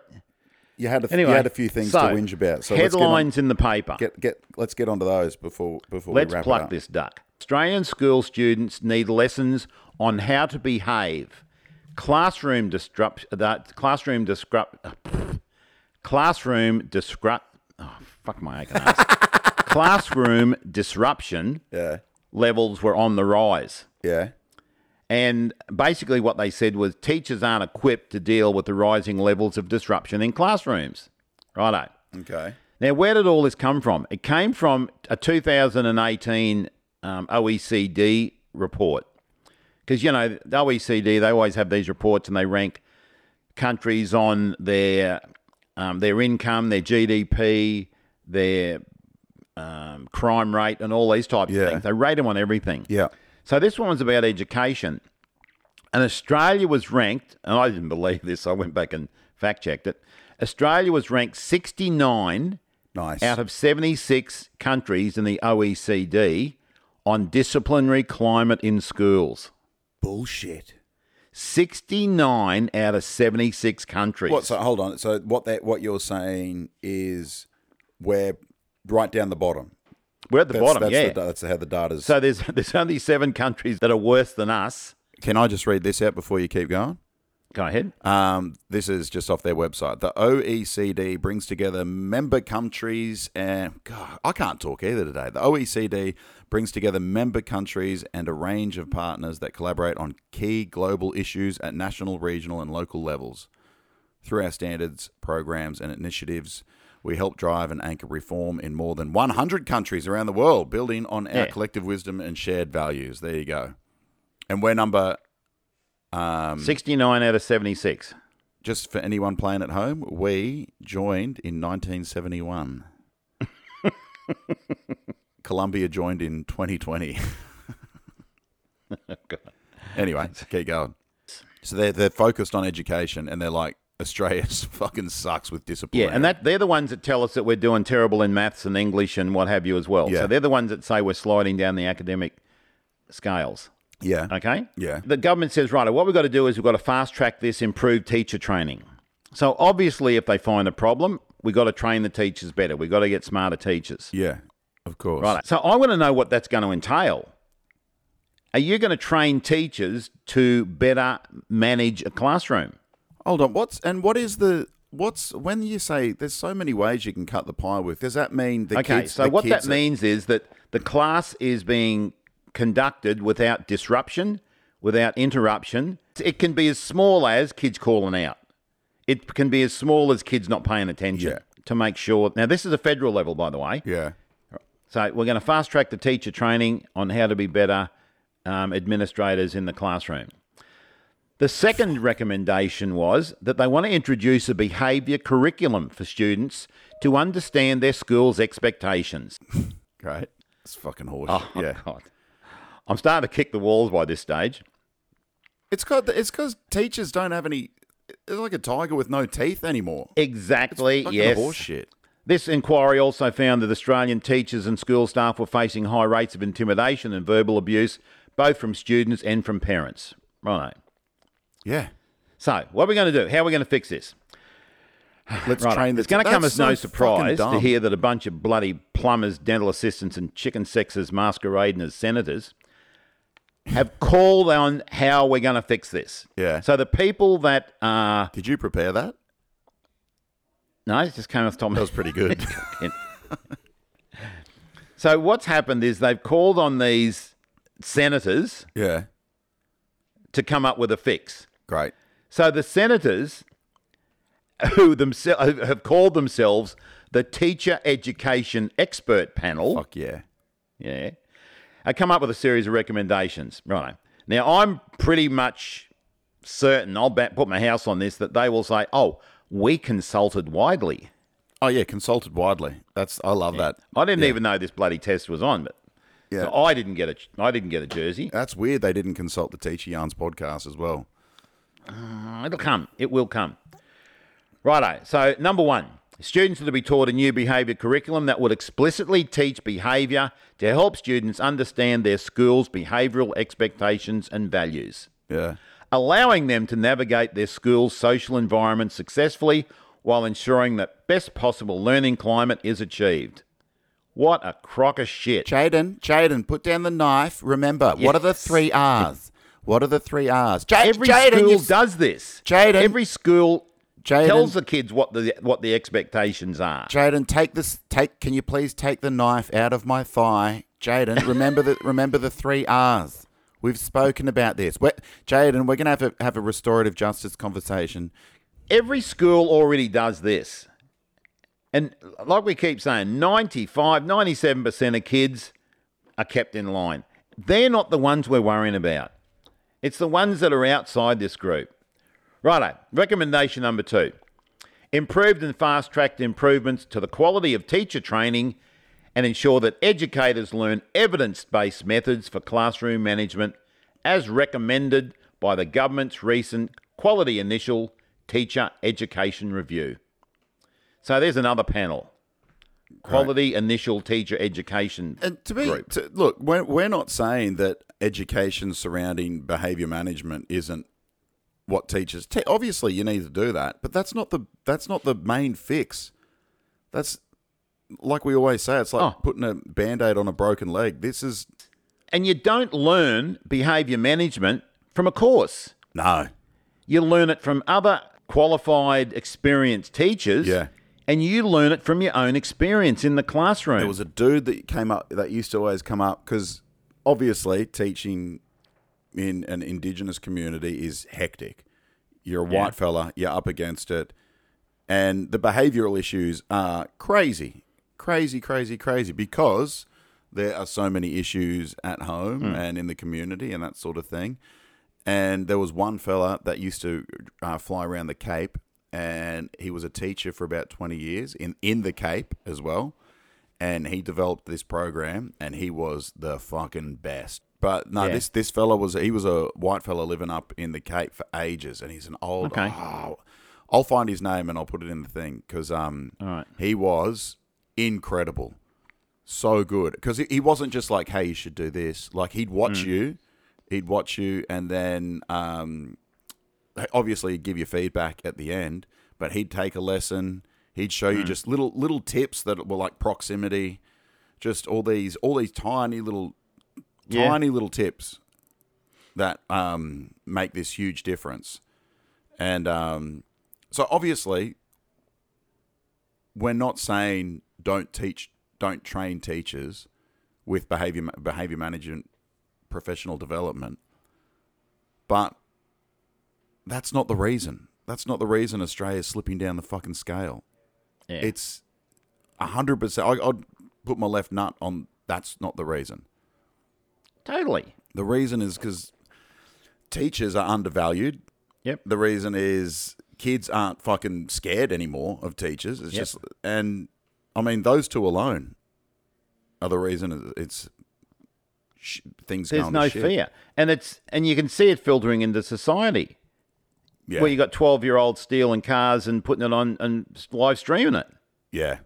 [SPEAKER 1] You had a,
[SPEAKER 2] Anyway,
[SPEAKER 1] you had a few things
[SPEAKER 2] so,
[SPEAKER 1] to whinge about. So
[SPEAKER 2] headlines in the paper.
[SPEAKER 1] Let's get, on, get get let's get onto those before before
[SPEAKER 2] Let's
[SPEAKER 1] we wrap it
[SPEAKER 2] pluck
[SPEAKER 1] up.
[SPEAKER 2] this duck. Australian school students need lessons on how to behave. Classroom disrupt that classroom disrupt (sighs) classroom disrupt oh fuck my
[SPEAKER 1] (laughs)
[SPEAKER 2] aching ass. classroom disruption
[SPEAKER 1] Yeah.
[SPEAKER 2] levels were on the rise.
[SPEAKER 1] Yeah.
[SPEAKER 2] And basically what they said was teachers aren't equipped to deal with the rising levels of disruption in classrooms. Righto.
[SPEAKER 1] Okay.
[SPEAKER 2] Now, where did all this come from? It came from a 2018 um, OECD report. Because, you know, the OECD, they always have these reports and they rank countries on their, um, their income, their GDP, their um, crime rate, and all these types
[SPEAKER 1] Yeah.
[SPEAKER 2] of things. They rate them on everything.
[SPEAKER 1] Yeah.
[SPEAKER 2] So this one was about education. And Australia was ranked, and I didn't believe this, I went back and fact checked it. Australia was ranked 69
[SPEAKER 1] Nice.
[SPEAKER 2] out of 76 countries in the OECD on disciplinary climate in schools.
[SPEAKER 1] bullshit.
[SPEAKER 2] 69 out of 76 countries.
[SPEAKER 1] What? So hold on. So what that what you're saying is we're right down the bottom.
[SPEAKER 2] We're at the
[SPEAKER 1] That's,
[SPEAKER 2] bottom,
[SPEAKER 1] that's
[SPEAKER 2] yeah.
[SPEAKER 1] The, da- that's how the data's.
[SPEAKER 2] so there's (laughs) there's only seven countries that are worse than us.
[SPEAKER 1] Can I just read this out before you keep going?
[SPEAKER 2] Go ahead.
[SPEAKER 1] Um, this is just off their website. The OECD brings together member countries and God, I can't talk either today. The OECD brings together member countries and a range of partners that collaborate on key global issues at national, regional, and local levels. Through our standards, programs, and initiatives, we help drive and anchor reform in more than 100 countries around the world, building on our
[SPEAKER 2] Yeah.
[SPEAKER 1] collective wisdom and shared values. There you go. And we're number Um,
[SPEAKER 2] 69 out of 76.
[SPEAKER 1] just for anyone playing at home, we joined in
[SPEAKER 2] (laughs)
[SPEAKER 1] 1971. Colombia joined in
[SPEAKER 2] (laughs)
[SPEAKER 1] 2020. (laughs) Anyway, keep
[SPEAKER 2] (laughs)
[SPEAKER 1] going. So they're, they're focused on education and they're like, Australia (laughs) fucking sucks with discipline.
[SPEAKER 2] Yeah, and that they're the ones that tell us that we're doing terrible in maths and English and what have you as well.
[SPEAKER 1] Yeah.
[SPEAKER 2] So they're the ones that say we're sliding down the academic scales.
[SPEAKER 1] Yeah.
[SPEAKER 2] Okay?
[SPEAKER 1] Yeah.
[SPEAKER 2] The government says, right, what we've got to do is we've got to fast track this, improve teacher training. So obviously if they find a problem, we've got to train the teachers better. We've got to get smarter teachers.
[SPEAKER 1] Yeah. Of course.
[SPEAKER 2] Right. So I want to know what that's going to entail. Are you going to train teachers to better manage a classroom?
[SPEAKER 1] Hold on. What's and what is the what's when you say there's so many ways you can cut the pie with? Does that mean the
[SPEAKER 2] Okay,
[SPEAKER 1] kids?
[SPEAKER 2] so
[SPEAKER 1] the
[SPEAKER 2] what that
[SPEAKER 1] kids are-
[SPEAKER 2] means is that the class is being conducted without disruption, without interruption. It can be as small as kids calling out. It can be as small as kids not paying attention
[SPEAKER 1] Yeah.
[SPEAKER 2] to make sure. Now, this is a federal level, by the way.
[SPEAKER 1] Yeah.
[SPEAKER 2] So we're going to fast track the teacher training on how to be better um, administrators in the classroom. The second recommendation was that they want to introduce a behaviour curriculum for students to understand their school's expectations.
[SPEAKER 1] Great. It's fucking horse.
[SPEAKER 2] Oh,
[SPEAKER 1] yeah.
[SPEAKER 2] God. I'm starting to kick the walls by this stage.
[SPEAKER 1] It's got it's because teachers don't have any. It's like a tiger with no teeth anymore.
[SPEAKER 2] Exactly,
[SPEAKER 1] Fucking
[SPEAKER 2] yes.
[SPEAKER 1] horseshit.
[SPEAKER 2] This inquiry also found that Australian teachers and school staff were facing high rates of intimidation and verbal abuse, both from students and from parents. Right.
[SPEAKER 1] Yeah.
[SPEAKER 2] So, what are we going to do? How are we going to fix (sighs) this?
[SPEAKER 1] Let's
[SPEAKER 2] Right.
[SPEAKER 1] train. The
[SPEAKER 2] it's going to come
[SPEAKER 1] That's
[SPEAKER 2] as no
[SPEAKER 1] so
[SPEAKER 2] surprise
[SPEAKER 1] fucking
[SPEAKER 2] to
[SPEAKER 1] dumb.
[SPEAKER 2] hear that a bunch of bloody plumbers, dental assistants, and chicken sexers masquerading as senators have called on how we're going to fix this.
[SPEAKER 1] Yeah.
[SPEAKER 2] So the people that are
[SPEAKER 1] Did you prepare that?
[SPEAKER 2] no, it just came off the top.
[SPEAKER 1] That
[SPEAKER 2] (laughs)
[SPEAKER 1] was pretty good. (laughs)
[SPEAKER 2] so what's happened is they've called on these senators
[SPEAKER 1] yeah.
[SPEAKER 2] to come up with a fix.
[SPEAKER 1] Great.
[SPEAKER 2] So the senators who themselves have called themselves the Teacher Education Expert Panel.
[SPEAKER 1] Fuck yeah.
[SPEAKER 2] Yeah. I come up with a series of recommendations. Right. Now, I'm pretty much certain, I'll bet, put my house on this, that they will say, oh, we consulted widely.
[SPEAKER 1] Oh yeah, consulted widely. That's I love that.
[SPEAKER 2] I didn't even know this bloody test was on, but
[SPEAKER 1] Yeah.
[SPEAKER 2] so I didn't get a I didn't get a jersey.
[SPEAKER 1] That's weird. They didn't consult the Teacher Yarns podcast as well.
[SPEAKER 2] Uh, It'll come. It will come. Righto. So number one, students are to be taught a new behaviour curriculum that will explicitly teach behaviour to help students understand their school's behavioural expectations and values,
[SPEAKER 1] Yeah.
[SPEAKER 2] allowing them to navigate their school's social environment successfully while ensuring that best possible learning climate is achieved. What a crock of shit.
[SPEAKER 1] Jaden, Jaden, put down the knife. Remember, what are the three R's? What are the three R's? Ja-
[SPEAKER 2] Every
[SPEAKER 1] Jaden,
[SPEAKER 2] school
[SPEAKER 1] you've-
[SPEAKER 2] does this.
[SPEAKER 1] Jaden.
[SPEAKER 2] Every school
[SPEAKER 1] Jaden.
[SPEAKER 2] tells the kids what the what the expectations are.
[SPEAKER 1] Jaden, take this. Take. Can you please take the knife out of my thigh, Jaden? Remember the remember the three R's. We've spoken about this. we Jaden, we're gonna have a have a restorative justice conversation.
[SPEAKER 2] every school already does this. And like we keep saying, 95, 97% of kids are kept in line. They're not the ones we're worrying about. It's the ones that are outside this group. Righto, recommendation number two improved and fast tracked improvements to the quality of teacher training and ensure that educators learn evidence based methods for classroom management as recommended by the government's recent Quality Initial Teacher Education Review. So there's another panel Quality Initial Teacher Education.
[SPEAKER 1] And to be
[SPEAKER 2] Group.
[SPEAKER 1] to, look, we're, we're not saying that education surrounding behavior management isn't what teachers. Te- obviously, you need to do that, but that's not the that's not the main fix. That's like we always say. It's like
[SPEAKER 2] Oh.
[SPEAKER 1] putting a band aid on a broken leg. This is
[SPEAKER 2] And you don't learn behaviour management from a course.
[SPEAKER 1] no.
[SPEAKER 2] You learn it from other qualified, experienced teachers.
[SPEAKER 1] Yeah.
[SPEAKER 2] And you learn it from your own experience in the classroom.
[SPEAKER 1] There was a dude that came up that used to always come up because obviously teaching in an indigenous community is hectic. You're a white fella, you're up against it, and the behavioural issues are crazy, crazy, crazy, crazy because there are so many issues at home and in the community and that sort of thing. And there was one fella that used to uh, fly around the Cape, and he was a teacher for about 20 years in, in the Cape as well and he developed this program and he was the fucking best but no
[SPEAKER 2] Yeah.
[SPEAKER 1] this this fella was he was a white fella living up in the cape for ages and he's an old
[SPEAKER 2] Okay.
[SPEAKER 1] oh, i'll find his name and i'll put it in the thing because um
[SPEAKER 2] right.
[SPEAKER 1] he was incredible so good because he wasn't just like hey you should do this like he'd watch you he'd watch you and then um obviously he'd give you feedback at the end, but he'd take a lesson. He'd show you just little little tips that were like proximity, just all these all these tiny little
[SPEAKER 2] Yeah.
[SPEAKER 1] tiny little tips that um, make this huge difference. And um, so obviously, we're not saying don't teach, don't train teachers with behavior behavior management professional development, but that's not the reason. That's not the reason Australia's slipping down the fucking scale.
[SPEAKER 2] Yeah.
[SPEAKER 1] It's hundred percent. I'd put my left nut on. That's not the reason.
[SPEAKER 2] Totally.
[SPEAKER 1] The reason is because teachers are undervalued.
[SPEAKER 2] Yep.
[SPEAKER 1] The reason is kids aren't fucking scared anymore of teachers. It's
[SPEAKER 2] Yep.
[SPEAKER 1] just, and I mean, those two alone are the reason it's sh- things.
[SPEAKER 2] There's
[SPEAKER 1] going
[SPEAKER 2] no
[SPEAKER 1] to shit.
[SPEAKER 2] fear. And it's and you can see it filtering into society.
[SPEAKER 1] Yeah.
[SPEAKER 2] Where you got twelve year olds stealing cars and putting it on and live streaming it.
[SPEAKER 1] yeah.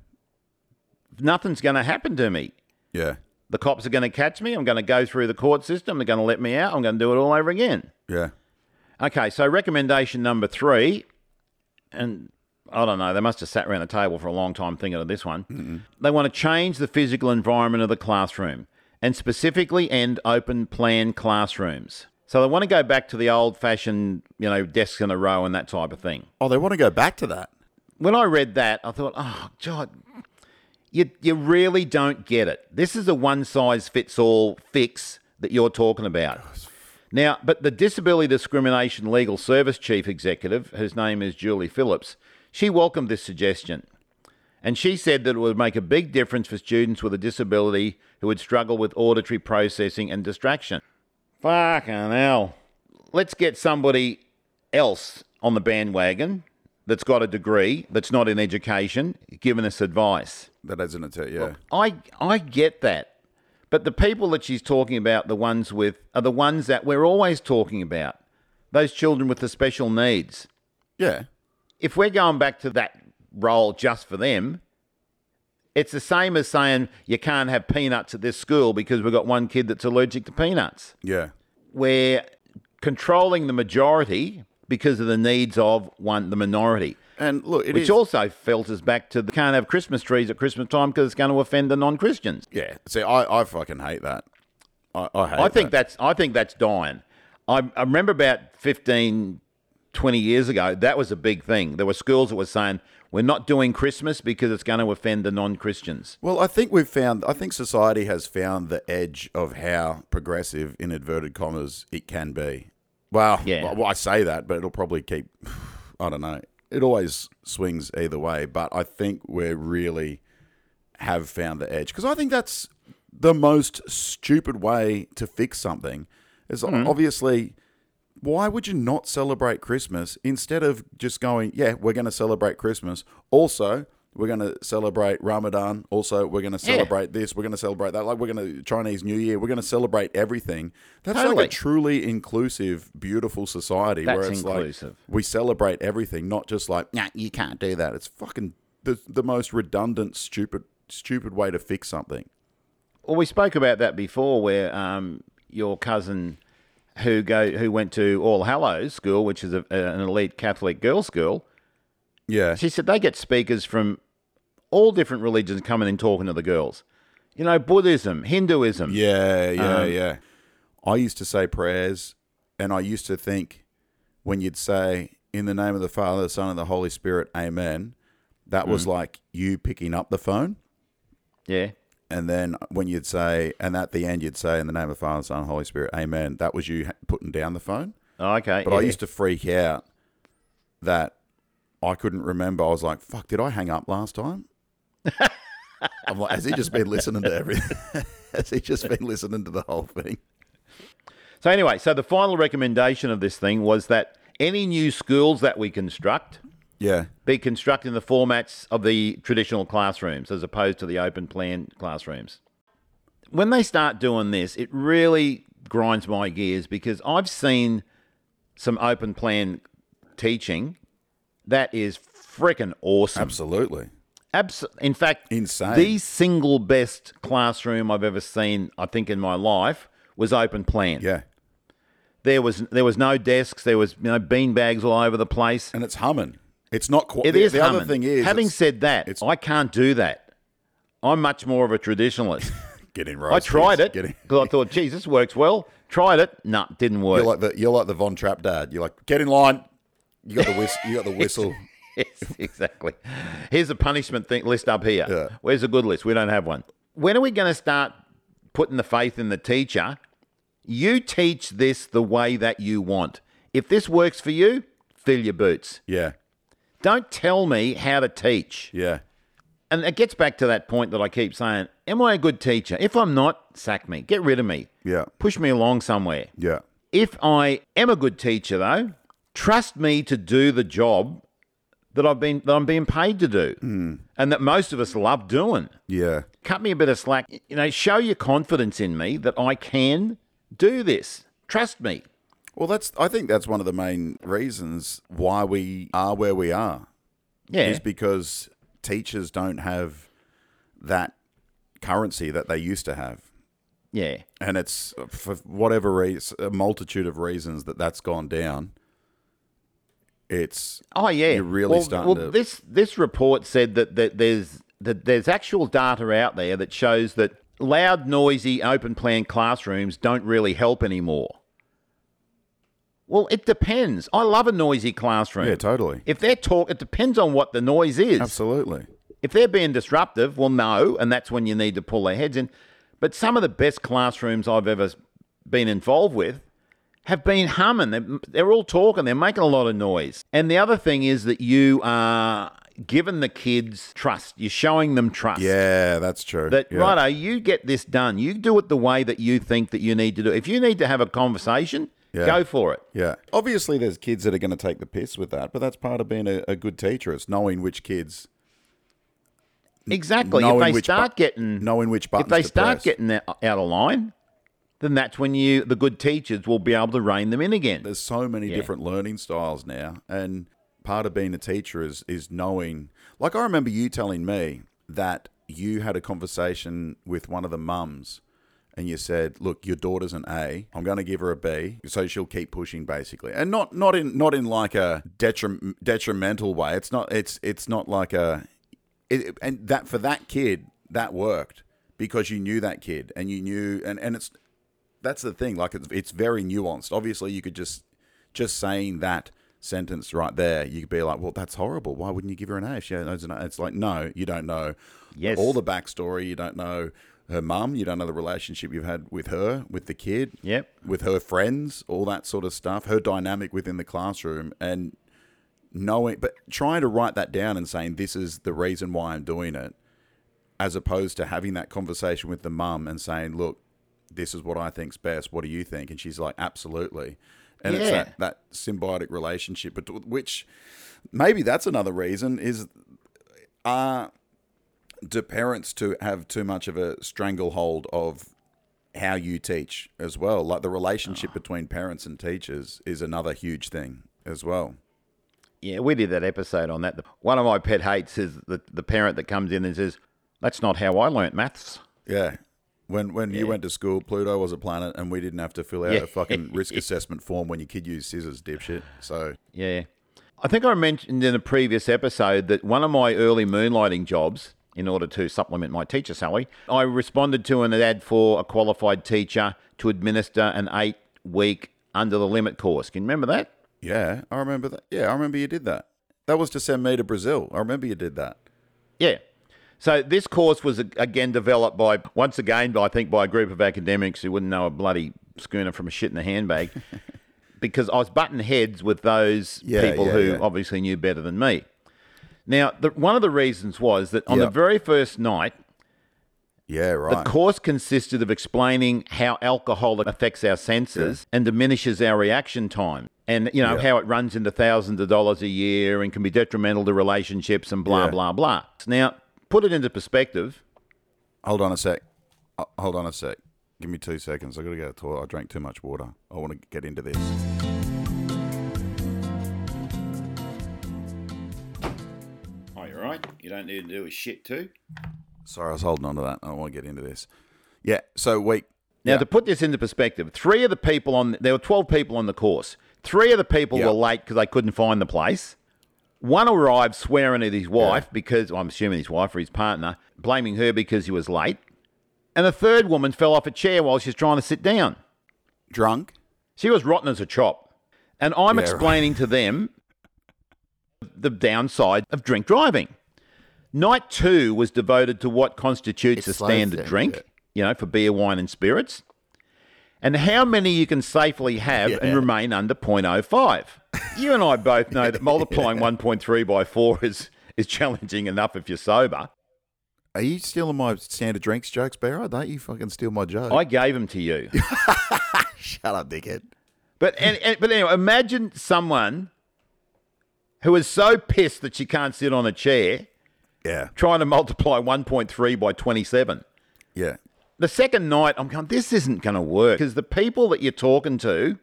[SPEAKER 2] Nothing's gonna happen to me.
[SPEAKER 1] Yeah.
[SPEAKER 2] The cops are gonna catch me, I'm gonna go through the court system, they're gonna let me out, I'm gonna do it all over again.
[SPEAKER 1] Yeah.
[SPEAKER 2] Okay, so recommendation number three, and I don't know, they must have sat around the table for a long time thinking of this one. They want to change the physical environment of the classroom and specifically end open plan classrooms. So they want to go back to the old fashioned, you know, desks in a row and that type of thing.
[SPEAKER 1] Oh, they want to go back to that.
[SPEAKER 2] When I read that, I thought, oh, God, you, you really don't get it. This is a one size fits all fix that you're talking about. Now, but the Disability Discrimination Legal Service Chief Executive, whose name is Julie Phillips, she welcomed this suggestion. And she said that it would make a big difference for students with a disability who would struggle with auditory processing and distraction. Fucking hell. Let's get somebody else on the bandwagon that's got a degree that's not in education giving us advice.
[SPEAKER 1] That isn't it, yeah.
[SPEAKER 2] I I get that. But the people that she's talking about, the ones with, are the ones that we're always talking about. Those children with the special needs.
[SPEAKER 1] yeah.
[SPEAKER 2] If we're going back to that role just for them, it's the same as saying you can't have peanuts at this school because we've got one kid that's allergic to peanuts.
[SPEAKER 1] Yeah.
[SPEAKER 2] We're controlling the majority because of the needs of one the minority.
[SPEAKER 1] And look, it is
[SPEAKER 2] Which also filters back to the can't have Christmas trees at Christmas time because it's going to offend the non-Christians.
[SPEAKER 1] Yeah. See, I, I fucking hate that. I, I hate
[SPEAKER 2] I think that's I think that's dying. I, I remember about 15, 20 years ago, that was a big thing. There were schools that were saying, we're not doing Christmas because it's going to offend the non Christians.
[SPEAKER 1] Well, I think we've found. I think society has found the edge of how progressive, in inverted commas, it can be. Well,
[SPEAKER 2] Yeah.
[SPEAKER 1] well, I say that, but it'll probably keep. (sighs) I don't know. It always swings either way, but I think we're really have found the edge because I think that's the most stupid way to fix something. Is obviously why would you not celebrate Christmas instead of just going, yeah, we're going to celebrate Christmas. Also, we're going to celebrate Ramadan. Also, we're going to celebrate this. We're going to celebrate that. Like, we're going to Chinese New Year. We're going to celebrate everything. That's
[SPEAKER 2] Totally.
[SPEAKER 1] like a truly inclusive, beautiful society
[SPEAKER 2] That's
[SPEAKER 1] where it's
[SPEAKER 2] inclusive.
[SPEAKER 1] like we celebrate everything, not just like, nah, you can't do that. It's fucking the, the most redundant, stupid, stupid way to fix something.
[SPEAKER 2] Well, we spoke about that before where um, your cousin who go who went to All Hallows School, which is a, an elite Catholic girls' school,
[SPEAKER 1] Yeah.
[SPEAKER 2] She said they get speakers from all different religions coming and talking to the girls. You know, Buddhism, Hinduism.
[SPEAKER 1] Yeah, yeah,
[SPEAKER 2] Um,
[SPEAKER 1] yeah. I used to say prayers, and I used to think when you'd say, in the name of the Father, the Son, and the Holy Spirit, Amen, that
[SPEAKER 2] Mm.
[SPEAKER 1] was like you picking up the phone.
[SPEAKER 2] Yeah.
[SPEAKER 1] And then when you'd say, and at the end, you'd say, in the name of the Father, Son, and Holy Spirit, Amen, that was you ha- putting down the phone.
[SPEAKER 2] Oh, okay.
[SPEAKER 1] But I used to freak out that I couldn't remember. I was like, fuck, did I hang up last
[SPEAKER 2] (laughs)
[SPEAKER 1] time? I'm like, has he just been listening to everything? (laughs) has he just been listening to the whole thing?
[SPEAKER 2] So anyway, so the final recommendation of this thing was that any new schools that we construct
[SPEAKER 1] Yeah.
[SPEAKER 2] be constructed in the formats of the traditional classrooms as opposed to the open plan classrooms. When they start doing this, it really grinds my gears because I've seen some open plan teaching that is freaking awesome.
[SPEAKER 1] Absolutely.
[SPEAKER 2] Abs- in fact,
[SPEAKER 1] Insane.
[SPEAKER 2] the single best classroom I've ever seen, I think, in my life was open plan.
[SPEAKER 1] Yeah.
[SPEAKER 2] There was there was no desks. There was you know bean bags all over the place.
[SPEAKER 1] And it's humming. It's not quite.
[SPEAKER 2] It
[SPEAKER 1] the,
[SPEAKER 2] is
[SPEAKER 1] the
[SPEAKER 2] humming.
[SPEAKER 1] other thing is
[SPEAKER 2] having
[SPEAKER 1] it's
[SPEAKER 2] said that,
[SPEAKER 1] it's-
[SPEAKER 2] I can't do that. I'm much more of
[SPEAKER 1] (laughs)
[SPEAKER 2] a traditionalist.
[SPEAKER 1] getting
[SPEAKER 2] I
[SPEAKER 1] roasted.
[SPEAKER 2] tried it (laughs)
[SPEAKER 1] Getting,
[SPEAKER 2] because I thought, geez, this works well. Tried it, no, nah, didn't work.
[SPEAKER 1] you're like the you're like the Von Trapp dad. You're like get in line. You got the whistle. You
[SPEAKER 2] (laughs)
[SPEAKER 1] got the whistle.
[SPEAKER 2] yes, (laughs) exactly. Here's a punishment thing list up here.
[SPEAKER 1] Yeah.
[SPEAKER 2] Where's a good list? We don't have one. When are we going to start putting the faith in the teacher? You teach this the way that you want. If this works for you, fill your boots.
[SPEAKER 1] Yeah.
[SPEAKER 2] Don't tell me how to teach.
[SPEAKER 1] Yeah.
[SPEAKER 2] And it gets back to that point that I keep saying Am I a good teacher? If I'm not, sack me, get rid of me,
[SPEAKER 1] Yeah.
[SPEAKER 2] push me along somewhere.
[SPEAKER 1] Yeah.
[SPEAKER 2] If I am a good teacher, though, trust me to do the job that I've been that I'm being paid to do, and that most of us love doing.
[SPEAKER 1] Yeah.
[SPEAKER 2] Cut me a bit of slack, you know. Show your confidence in me that I can do this. Trust me.
[SPEAKER 1] Well, that's. I think that's one of the main reasons why we are where we are.
[SPEAKER 2] Yeah,
[SPEAKER 1] is because teachers don't have that currency that they used to have.
[SPEAKER 2] yeah,
[SPEAKER 1] and it's uh, for whatever reason, a multitude of reasons that that's gone down. It's
[SPEAKER 2] oh yeah.
[SPEAKER 1] You're really
[SPEAKER 2] well,
[SPEAKER 1] starting
[SPEAKER 2] well,
[SPEAKER 1] to-
[SPEAKER 2] this this report said that, that there's that there's actual data out there that shows that loud, noisy, open plan classrooms don't really help anymore. Well, it depends. I love a noisy classroom.
[SPEAKER 1] yeah, totally,
[SPEAKER 2] If they're talk, it depends on what the noise is.
[SPEAKER 1] absolutely,
[SPEAKER 2] If they're being disruptive, well, no, and that's when you need to pull their heads in. But some of the best classrooms I've ever s- been involved with have been humming. They're, they're all talking. They're making a lot of noise. And the other thing is that you are giving the kids trust. You're showing them trust.
[SPEAKER 1] yeah, that's true.
[SPEAKER 2] That
[SPEAKER 1] yeah.
[SPEAKER 2] righto, you get this done. You do it the way that you think that you need to do. it. If you need to have a conversation,
[SPEAKER 1] Yeah.
[SPEAKER 2] Go for it.
[SPEAKER 1] Yeah. Obviously, there's kids that are going to take the piss with that, but that's part of being a, a good teacher. It's knowing which kids,
[SPEAKER 2] Exactly. If
[SPEAKER 1] knowing
[SPEAKER 2] they
[SPEAKER 1] which
[SPEAKER 2] start
[SPEAKER 1] bu-
[SPEAKER 2] getting
[SPEAKER 1] knowing which
[SPEAKER 2] if
[SPEAKER 1] buttons.
[SPEAKER 2] they
[SPEAKER 1] to
[SPEAKER 2] start
[SPEAKER 1] press.
[SPEAKER 2] getting that out of line, then that's when you the good teachers will be able to rein them in again.
[SPEAKER 1] there's so many different learning styles now, and part of being a teacher is is knowing. Like I remember you telling me that you had a conversation with one of the mums. And you said, "Look, your daughter's an A. I'm going to give her a B, so she'll keep pushing, basically, and not not in not in like a detrim- detrimental way. It's not it's it's not like a it, it- and that for that kid that worked because you knew that kid and you knew and and it's that's the thing like it's, it's very nuanced obviously you could just just saying that sentence right there you could be like well that's horrible why wouldn't you give her an a if she knows an a it's like no you don't know
[SPEAKER 2] Yes.
[SPEAKER 1] all the backstory you don't know her mum you don't know the relationship you've had with her with the kid
[SPEAKER 2] Yep.
[SPEAKER 1] with her friends all that sort of stuff her dynamic within the classroom and knowing but trying to write that down and saying this is the reason why I'm doing it as opposed to having that conversation with the mum and saying look this is what I think's best what do you think and she's like absolutely and it's
[SPEAKER 2] Yeah.
[SPEAKER 1] that, that symbiotic relationship but which maybe that's another reason is are do parents to have too much of a stranglehold of how you teach as well like the relationship between parents and teachers is another huge thing as well
[SPEAKER 2] Yeah, we did that episode on that. One of my pet hates is the, the parent that comes in and says, That's not how I learnt maths.
[SPEAKER 1] Yeah. When when you went to school, Pluto was a planet, and we didn't have to fill out
[SPEAKER 2] Yeah.
[SPEAKER 1] a fucking risk assessment form when your kid used scissors, dipshit. So
[SPEAKER 2] Yeah. I think I mentioned in a previous episode that one of my early moonlighting jobs, in order to supplement my teacher salary, I responded to an ad for a qualified teacher to administer an eight week under the limit course. Can you remember that?
[SPEAKER 1] yeah, I remember that. Yeah, I remember you did that. That was to send me to Brazil. I remember you did that.
[SPEAKER 2] Yeah. So this course was ag- again developed by once again, I think, by a group of academics who wouldn't know a bloody schooner from a shit in a
[SPEAKER 1] (laughs)
[SPEAKER 2] handbag, because I was butting heads with those
[SPEAKER 1] Yeah,
[SPEAKER 2] people
[SPEAKER 1] yeah,
[SPEAKER 2] who
[SPEAKER 1] yeah.
[SPEAKER 2] obviously knew better than me. Now, the, one of the reasons was that on
[SPEAKER 1] Yep.
[SPEAKER 2] the very first night,
[SPEAKER 1] Yeah,
[SPEAKER 2] the
[SPEAKER 1] right.
[SPEAKER 2] course consisted of explaining how alcohol affects our senses and diminishes our reaction time. And, you know,
[SPEAKER 1] Yeah.
[SPEAKER 2] how it runs into thousands of dollars a year and can be detrimental to relationships and blah,
[SPEAKER 1] Yeah.
[SPEAKER 2] blah, blah. Now, put it into perspective.
[SPEAKER 1] hold on a sec. Uh, hold on a sec. Give me two seconds. I gotta go to the toilet. I drank too much water. I want to get into this.
[SPEAKER 2] Oh, you're right. You don't need to do a shit too.
[SPEAKER 1] Sorry, I was holding on to that. I want to get into this. Yeah. So we.
[SPEAKER 2] Now,
[SPEAKER 1] Yeah.
[SPEAKER 2] to put this into perspective, three of the people on there were 12 people on the course. Three of the people
[SPEAKER 1] Yeah.
[SPEAKER 2] were late because they couldn't find the place. One arrived swearing at his wife because well, I'm assuming his wife or his partner, blaming her because he was late. And the third woman fell off a chair while she's trying to sit down.
[SPEAKER 1] drunk.
[SPEAKER 2] She was rotten as a chop. And I'm
[SPEAKER 1] Yeah, right.
[SPEAKER 2] explaining to them the downside of drink driving. Night two was devoted to what constitutes a
[SPEAKER 1] slows
[SPEAKER 2] standard
[SPEAKER 1] things,
[SPEAKER 2] drink,
[SPEAKER 1] yeah.
[SPEAKER 2] you know, for beer, wine, and spirits, and how many you can safely have and
[SPEAKER 1] Yeah.
[SPEAKER 2] remain under 0.05. You and I both know
[SPEAKER 1] (laughs)
[SPEAKER 2] that multiplying 1.3 by 4 is, is challenging enough if you're sober.
[SPEAKER 1] Are you stealing my standard drinks jokes, Barra? Don't you fucking steal my joke?
[SPEAKER 2] I gave them to you.
[SPEAKER 1] Shut up, dickhead.
[SPEAKER 2] But and, and- but anyway, imagine someone who is so pissed that she can't sit on a chair
[SPEAKER 1] Yeah.
[SPEAKER 2] trying to multiply 1.3 by 27.
[SPEAKER 1] Yeah.
[SPEAKER 2] The second night, I'm going, this isn't going to work because the people that you're talking to,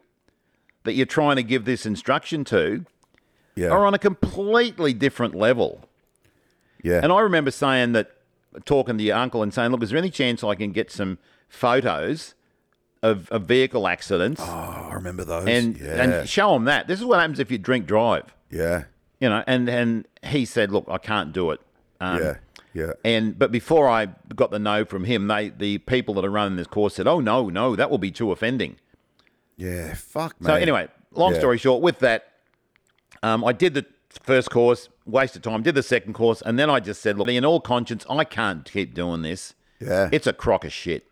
[SPEAKER 2] that you're trying to give this instruction to,
[SPEAKER 1] Yeah.
[SPEAKER 2] are on a completely different level.
[SPEAKER 1] Yeah.
[SPEAKER 2] And I remember saying that, talking to your uncle and saying, look, is there any chance I can get some photos of, of vehicle accidents
[SPEAKER 1] Oh, I remember those.
[SPEAKER 2] and,
[SPEAKER 1] yeah,
[SPEAKER 2] and show them that? This is what happens if you drink drive.
[SPEAKER 1] yeah,
[SPEAKER 2] you know and and he said look i can't do it um,
[SPEAKER 1] yeah, yeah,
[SPEAKER 2] and but before i got the no from him they the people that are running this course said oh no no that will be too offending
[SPEAKER 1] yeah. Fuck, man.
[SPEAKER 2] so anyway long
[SPEAKER 1] Yeah.
[SPEAKER 2] story short with that um, i did the first course wasted time did the second course and then i just said look in all conscience i can't keep doing this
[SPEAKER 1] yeah,
[SPEAKER 2] it's a crock of shit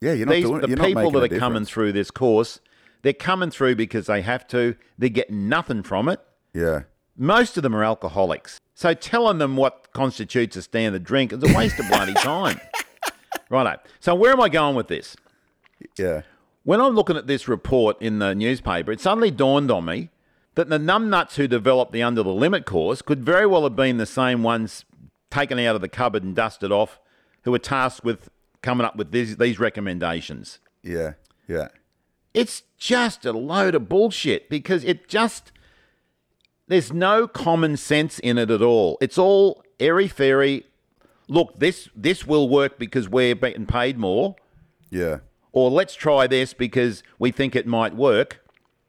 [SPEAKER 1] yeah. You're not
[SPEAKER 2] these
[SPEAKER 1] doing.
[SPEAKER 2] the
[SPEAKER 1] you're
[SPEAKER 2] people
[SPEAKER 1] not making
[SPEAKER 2] that are
[SPEAKER 1] a difference.
[SPEAKER 2] coming through this course they're coming through because they have to they're getting nothing from it
[SPEAKER 1] Yeah,
[SPEAKER 2] Most of them are alcoholics. So telling them what constitutes a standard drink is a waste of bloody time. Righto. So where am I going with this?
[SPEAKER 1] yeah,
[SPEAKER 2] When I'm looking at this report in the newspaper, it suddenly dawned on me that the numbnuts who developed the Under the Limit course could very well have been the same ones taken out of the cupboard and dusted off who were tasked with coming up with these, these recommendations.
[SPEAKER 1] Yeah. Yeah.
[SPEAKER 2] It's just a load of bullshit because it just there's no common sense in it at all. It's all airy fairy. Look, this this will work because we're getting paid more,
[SPEAKER 1] Yeah.
[SPEAKER 2] or let's try this because we think it might work.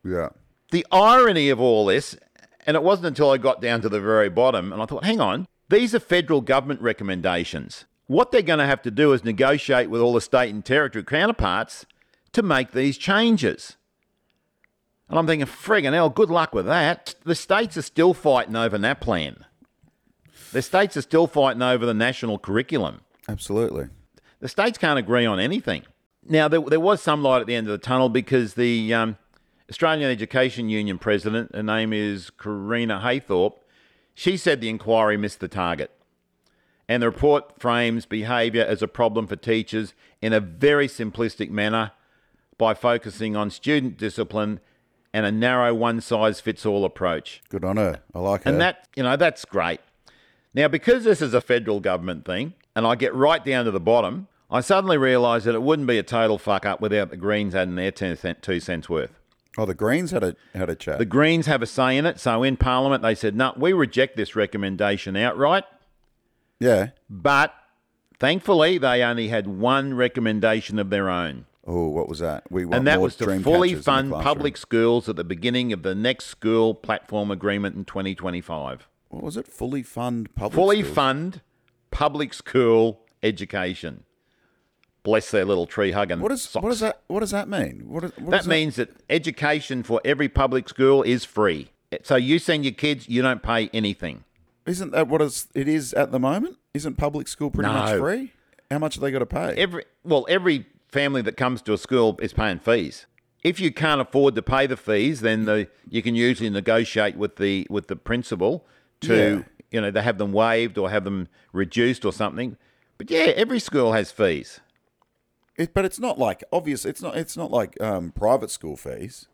[SPEAKER 1] Yeah.
[SPEAKER 2] The irony of all this, and it wasn't until I got down to the very bottom and I thought, hang on, these are federal government recommendations. What they're going to have to do is negotiate with all the state and territory counterparts to make these changes. And I'm thinking, friggin' hell, good luck with that. The states are still fighting over NAPLAN. The states are still fighting over the national curriculum.
[SPEAKER 1] Absolutely.
[SPEAKER 2] The states can't agree on anything. Now, there, there was some light at the end of the tunnel because the um, Australian Education Union president, her name is Karina Haythorpe, she said the inquiry missed the target. And the report frames behaviour as a problem for teachers in a very simplistic manner by focusing on student discipline and a narrow one size fits all approach.
[SPEAKER 1] Good on her. I like her.
[SPEAKER 2] And that, you know, that's great. Now, because this is a federal government thing, and I get right down to the bottom, I suddenly realise that it wouldn't be a total fuck up without the Greens adding their 10 cent, two cents worth.
[SPEAKER 1] oh, the Greens had a had a chat.
[SPEAKER 2] The Greens have a say in it, so in Parliament they said, no, we reject this recommendation outright,
[SPEAKER 1] yeah.
[SPEAKER 2] but thankfully they only had one recommendation of their own.
[SPEAKER 1] Oh, what was that? We want
[SPEAKER 2] And that
[SPEAKER 1] more
[SPEAKER 2] was to
[SPEAKER 1] dream
[SPEAKER 2] fully
[SPEAKER 1] catchers in the
[SPEAKER 2] fund
[SPEAKER 1] classroom.
[SPEAKER 2] public schools at the beginning of the next school platform agreement in 2025.
[SPEAKER 1] What was it? Fully fund public.
[SPEAKER 2] fully
[SPEAKER 1] schools?
[SPEAKER 2] fund public school education. Bless their little tree hugging.
[SPEAKER 1] What is
[SPEAKER 2] socks.
[SPEAKER 1] what does that what does that mean? What, is, what
[SPEAKER 2] that
[SPEAKER 1] is
[SPEAKER 2] means that education for every public school is free. So you send your kids, you don't pay anything.
[SPEAKER 1] Isn't that what is, it is at the moment? Isn't public school pretty much
[SPEAKER 2] No.
[SPEAKER 1] free? How much have they got to pay?
[SPEAKER 2] Every well, every family that comes to a school is paying fees. If you can't afford to pay the fees, then the you can usually negotiate with the with the principal to you know they have them waived or have them reduced or something. But yeah, every school has fees.
[SPEAKER 1] It- but it's not like obvious. It's not. It's not like um, private school fees.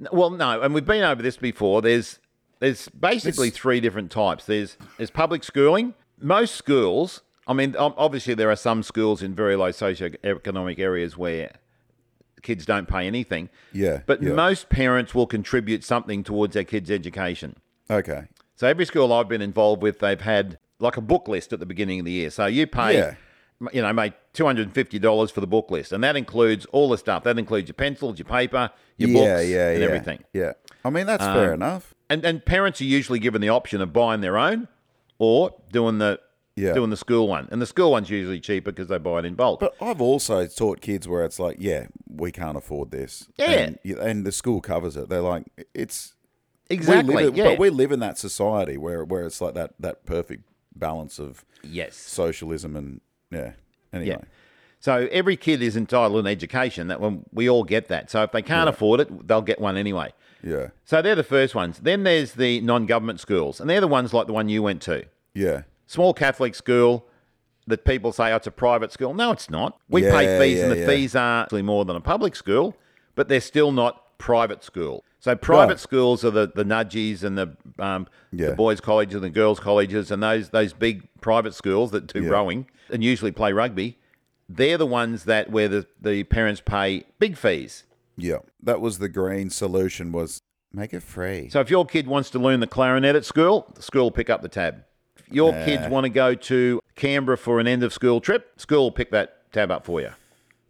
[SPEAKER 2] N- Well, no, and we've been over this before. There's there's basically three different types. There's there's public schooling. Most schools, I mean, ob- obviously there are some schools in very low socioeconomic areas where kids don't pay anything.
[SPEAKER 1] Yeah,
[SPEAKER 2] But
[SPEAKER 1] yeah.
[SPEAKER 2] most parents will contribute something towards their kids' education.
[SPEAKER 1] Okay.
[SPEAKER 2] So every school I've been involved with, they've had like a book list at the beginning of the year. So you pay,
[SPEAKER 1] Yeah.
[SPEAKER 2] m- you know, mate, two hundred and fifty dollars for the book list, and that includes all the stuff. That includes your pencils, your paper, your
[SPEAKER 1] yeah,
[SPEAKER 2] books,
[SPEAKER 1] yeah,
[SPEAKER 2] and
[SPEAKER 1] yeah.
[SPEAKER 2] everything. Um,
[SPEAKER 1] Yeah. I mean, that's fair enough.
[SPEAKER 2] And and parents are usually given the option of buying their own or doing the
[SPEAKER 1] Yeah.
[SPEAKER 2] doing the school one. And the school one's usually cheaper because they buy it in bulk.
[SPEAKER 1] But I've also taught kids where it's like, yeah, we can't afford this.
[SPEAKER 2] Yeah.
[SPEAKER 1] And, and the school covers it. They're like, it's
[SPEAKER 2] exactly.
[SPEAKER 1] We live,
[SPEAKER 2] yeah.
[SPEAKER 1] But we live in that society where where it's like that that perfect balance of
[SPEAKER 2] yes.
[SPEAKER 1] socialism and yeah. Anyway.
[SPEAKER 2] Yeah. So every kid is entitled to an education. That one we all get that. So if they can't afford it, they'll get one anyway.
[SPEAKER 1] Yeah.
[SPEAKER 2] So they're the first ones. Then there's the non-government schools, and they're the ones like the one you went to,
[SPEAKER 1] Yeah.
[SPEAKER 2] small Catholic school. That people say oh, it's a private school. No, it's not. We
[SPEAKER 1] Yeah,
[SPEAKER 2] pay fees, and
[SPEAKER 1] yeah,
[SPEAKER 2] the
[SPEAKER 1] yeah.
[SPEAKER 2] fees are actually more than a public school, but they're still not private school. So private
[SPEAKER 1] Right.
[SPEAKER 2] schools are the the nudgies and the um,
[SPEAKER 1] Yeah.
[SPEAKER 2] the boys' colleges and the girls' colleges and those those big private schools that do rowing and usually play rugby. They're the ones that where the, the parents pay big fees.
[SPEAKER 1] Yeah. That was the green solution was make it free.
[SPEAKER 2] So if your kid wants to learn the clarinet at school, the school will pick up the tab. If your kids want to go to Canberra for an end of school trip, school will pick that tab up for you.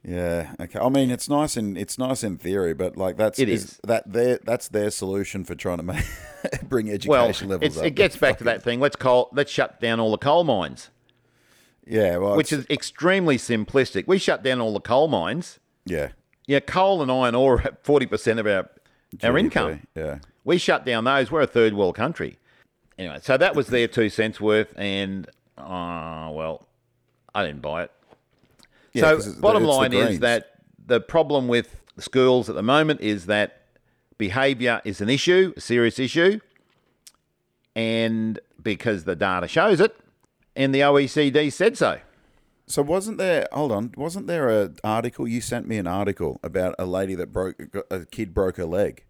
[SPEAKER 1] Yeah. Okay. I mean, it's nice in it's nice in theory, but like that's
[SPEAKER 2] It is.
[SPEAKER 1] that their that's their solution for trying to make (laughs) bring education
[SPEAKER 2] Well,
[SPEAKER 1] levels
[SPEAKER 2] it's,
[SPEAKER 1] up.
[SPEAKER 2] it gets back to that thing. Let's coal, let's shut down all the coal mines,
[SPEAKER 1] yeah. Well,
[SPEAKER 2] which
[SPEAKER 1] it's-
[SPEAKER 2] is extremely simplistic. We shut down all the coal mines.
[SPEAKER 1] yeah.
[SPEAKER 2] Yeah, coal and iron ore are forty percent of our our income.
[SPEAKER 1] Yeah.
[SPEAKER 2] We shut down those. We're a third world country. Anyway, so that was their two cents worth, and uh, well, I didn't buy it.
[SPEAKER 1] Yeah, 'cause
[SPEAKER 2] so,
[SPEAKER 1] it's the-
[SPEAKER 2] bottom
[SPEAKER 1] it's the
[SPEAKER 2] line is
[SPEAKER 1] Greens.
[SPEAKER 2] that the problem with schools at the moment is that behaviour is an issue, a serious issue, and because the data shows it, and the OECD E said so.
[SPEAKER 1] So wasn't there? Hold on, wasn't there a article you sent me an article about a lady that broke a kid broke her leg?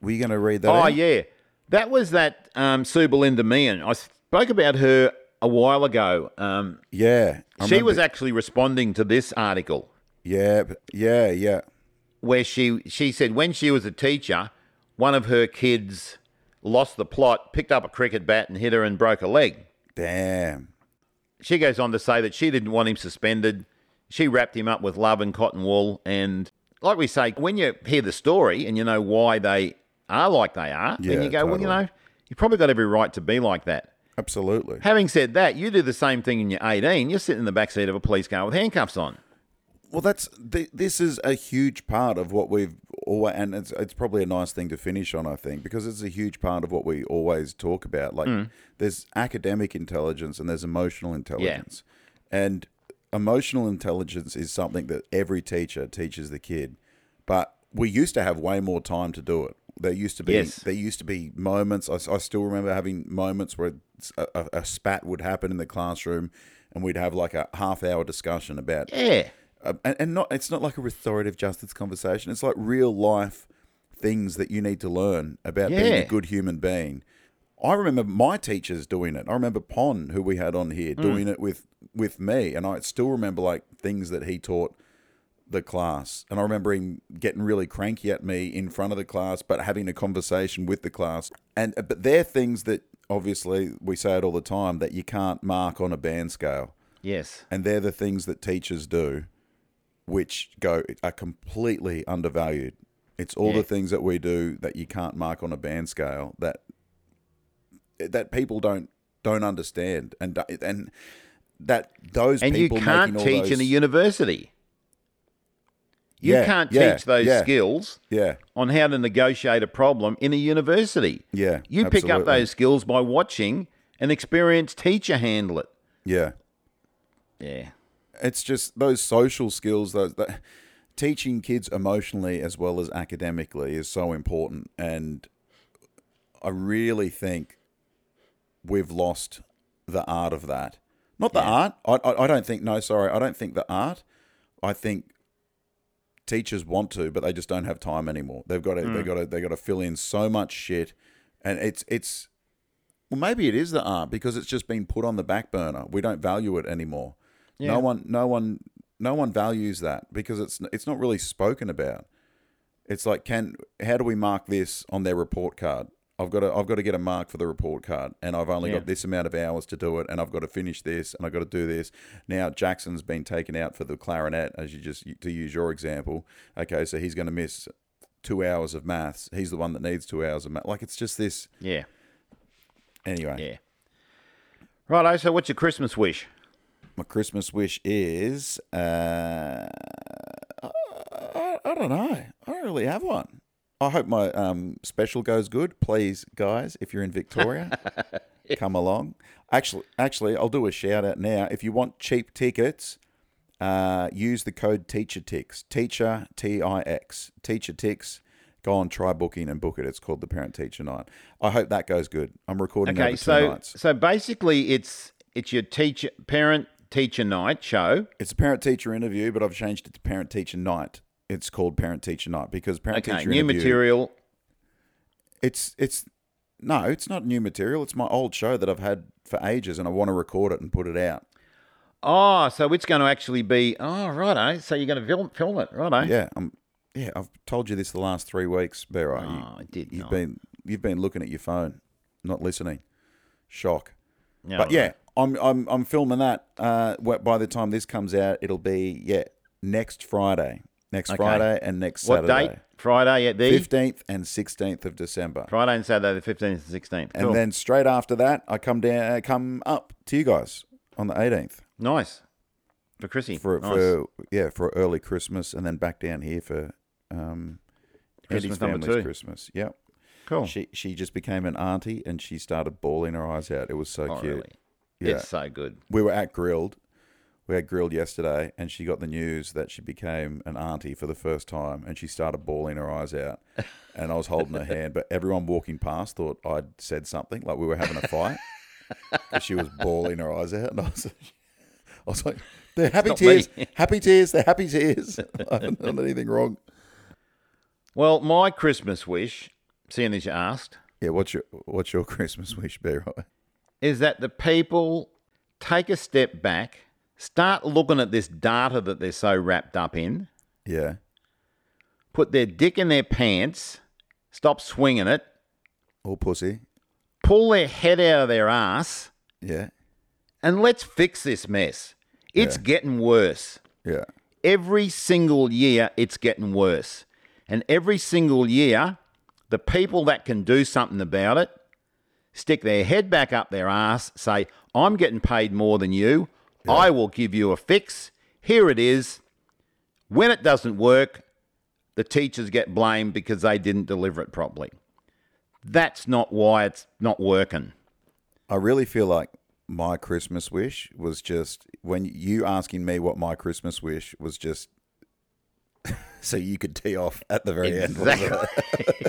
[SPEAKER 1] Were you going to read that?
[SPEAKER 2] Oh
[SPEAKER 1] out?
[SPEAKER 2] yeah, that was that um, Sue Belinda Meehan. I spoke about her a while ago. Um,
[SPEAKER 1] yeah. I
[SPEAKER 2] she was
[SPEAKER 1] remember-
[SPEAKER 2] actually responding to this article
[SPEAKER 1] yeah, but- yeah, yeah.
[SPEAKER 2] where she she said when she was a teacher, one of her kids lost the plot, picked up a cricket bat and hit her and broke a leg.
[SPEAKER 1] Damn.
[SPEAKER 2] She goes on to say that she didn't want him suspended. She wrapped him up with love and cotton wool. And like we say, when you hear the story and you know why they are like they are,
[SPEAKER 1] Yeah,
[SPEAKER 2] then you go, well, you
[SPEAKER 1] totally.
[SPEAKER 2] know, you've probably got every right to be like that.
[SPEAKER 1] Absolutely.
[SPEAKER 2] Having said that, you do the same thing in your 18. You're sitting in the back seat of a police car with handcuffs on.
[SPEAKER 1] Well, that's th- this is a huge part of what we've always, and it's it's probably a nice thing to finish on, I think, because it's a huge part of what we always talk about. Like, there's academic intelligence and there's emotional intelligence, and emotional intelligence is something that every teacher teaches the kid, but we used to have way more time to do it. There used to be
[SPEAKER 2] Yes.
[SPEAKER 1] there used to be moments. I, s- I still remember having moments where a, a, a spat would happen in the classroom, and we'd have like a half hour discussion about
[SPEAKER 2] Yeah.
[SPEAKER 1] uh, and, and not it's not like a restorative justice conversation. It's like real life things that you need to learn about being
[SPEAKER 2] Yeah.
[SPEAKER 1] a good human being. I remember my teachers doing it. I remember Pon, who we had on here, doing it with with me, and I still remember like things that he taught the class. And I remember him getting really cranky at me in front of the class, but having a conversation with the class. And uh, but they're things that obviously we say it all the time that you can't mark on a band scale
[SPEAKER 2] Yes.
[SPEAKER 1] and they're the things that teachers do which go are completely undervalued it's all
[SPEAKER 2] Yeah.
[SPEAKER 1] the things that we do that you can't mark on a band scale that that people don't don't understand and and that those
[SPEAKER 2] And you
[SPEAKER 1] people
[SPEAKER 2] can't
[SPEAKER 1] making all
[SPEAKER 2] teach
[SPEAKER 1] those,
[SPEAKER 2] in a university. You
[SPEAKER 1] Yeah,
[SPEAKER 2] can't
[SPEAKER 1] yeah,
[SPEAKER 2] teach those
[SPEAKER 1] yeah.
[SPEAKER 2] skills
[SPEAKER 1] yeah
[SPEAKER 2] on how to negotiate a problem in a university.
[SPEAKER 1] yeah
[SPEAKER 2] You pick up
[SPEAKER 1] absolutely.
[SPEAKER 2] those skills by watching an experienced teacher handle it.
[SPEAKER 1] yeah
[SPEAKER 2] Yeah.
[SPEAKER 1] it's just those social skills those that teaching kids emotionally as well as academically is so important and i really think we've lost the art of that not the art I, I i don't think no sorry i don't think the art i think teachers want to but they just don't have time anymore they've got to they got to they got to fill in so much shit and it's it's well, maybe it is the art because it's just been put on the back burner. We don't value it anymore.
[SPEAKER 2] Yeah.
[SPEAKER 1] No one, no one, no one values that because it's it's not really spoken about. It's like, can how do we mark this on their report card? I've got to I've got to get a mark for the report card, and I've only
[SPEAKER 2] Yeah.
[SPEAKER 1] got this amount of hours to do it, and I've got to finish this, and I've got to do this. Now Jackson's been taken out for the clarinet, as you just to use your example. Okay, so he's going to miss two hours of maths. He's the one that needs two hours of math. Like it's just this
[SPEAKER 2] Yeah.
[SPEAKER 1] anyway.
[SPEAKER 2] Yeah. Righto. So, what's your Christmas wish?
[SPEAKER 1] My Christmas wish is uh, I, I don't know. I don't really have one. I hope my um, special goes good. Please, guys, if you're in
[SPEAKER 2] (laughs)
[SPEAKER 1] Victoria, come along. Actually, actually, I'll do a shout out now. If you want cheap tickets, uh, use the code TeacherTix. Teacher T I X. Teacher Tix. Go on, try booking and book it. It's called the Parent Teacher Night. I hope that goes good. I'm recording
[SPEAKER 2] Okay.
[SPEAKER 1] over two
[SPEAKER 2] So,
[SPEAKER 1] nights.
[SPEAKER 2] so basically, it's it's your teacher parent teacher night show.
[SPEAKER 1] It's a parent teacher interview, but I've changed it to parent teacher night. It's called parent teacher night because parent
[SPEAKER 2] Okay.
[SPEAKER 1] teacher
[SPEAKER 2] New
[SPEAKER 1] interview.
[SPEAKER 2] material.
[SPEAKER 1] It's it's no, it's not new material. It's my old show that I've had for ages, and I want to record it and put it
[SPEAKER 2] (laughs)
[SPEAKER 1] out.
[SPEAKER 2] Oh, so it's going to actually be. Oh, righto. So you're going to film, film it, righto.
[SPEAKER 1] Yeah, I'm. Yeah, I've told you this the last three weeks, Barrow.
[SPEAKER 2] Oh,
[SPEAKER 1] You-
[SPEAKER 2] I did
[SPEAKER 1] You've
[SPEAKER 2] not.
[SPEAKER 1] been you've been looking at your phone, not listening. Shock.
[SPEAKER 2] No,
[SPEAKER 1] but
[SPEAKER 2] no.
[SPEAKER 1] yeah, I'm I'm I'm filming that. Uh, wh- by the time this comes out, it'll be yeah next Friday, next Friday, and next
[SPEAKER 2] What
[SPEAKER 1] Saturday.
[SPEAKER 2] date? Friday at the
[SPEAKER 1] Fifteenth and sixteenth of December.
[SPEAKER 2] Friday and Saturday the fifteenth and sixteenth.
[SPEAKER 1] And
[SPEAKER 2] Cool.
[SPEAKER 1] then straight after that, I come down, I come up to you guys on the 18th
[SPEAKER 2] nice for Chrissy.
[SPEAKER 1] for,
[SPEAKER 2] nice.
[SPEAKER 1] for yeah for early Christmas, and then back down here for um, Eddie's
[SPEAKER 2] Christmas number
[SPEAKER 1] family's
[SPEAKER 2] two.
[SPEAKER 1] Christmas. Yep.
[SPEAKER 2] cool.
[SPEAKER 1] She she just became an auntie, and she started bawling her eyes out. It was so
[SPEAKER 2] Oh,
[SPEAKER 1] cute.
[SPEAKER 2] really?
[SPEAKER 1] Yeah.
[SPEAKER 2] It's so good.
[SPEAKER 1] We were at grilled. We had grilled yesterday, and she got the news that she became an auntie for the first time, and she started bawling her eyes out. And I was holding her hand, but everyone walking past thought I'd said something, like we were having a fight. 'Cause she was bawling her eyes out, and I was, I was like, they're happy
[SPEAKER 2] not
[SPEAKER 1] tears,
[SPEAKER 2] me.
[SPEAKER 1] happy tears, they're happy tears. (laughs) I haven't done anything wrong.
[SPEAKER 2] Well, my Christmas wish, seeing as you asked,
[SPEAKER 1] Yeah, what's your what's your Christmas wish, be right?
[SPEAKER 2] is that the people take a step back, start looking at this data that they're so wrapped up in,
[SPEAKER 1] Yeah,
[SPEAKER 2] put their dick in their pants, stop swinging it,
[SPEAKER 1] all pussy.
[SPEAKER 2] pull their head out of their ass,
[SPEAKER 1] Yeah,
[SPEAKER 2] and let's fix this mess. It's getting worse.
[SPEAKER 1] yeah,
[SPEAKER 2] Every single year, it's getting worse. And every single year, the people that can do something about it stick their head back up their ass, say, I'm getting paid more than you. I will give you a fix. Here it is. When it doesn't work, the teachers get blamed because they didn't deliver it properly. That's not why it's not working.
[SPEAKER 1] I really feel like my Christmas wish was just when you asking me what my Christmas wish was just (laughs) so you could tee off at the very end. wasn't it?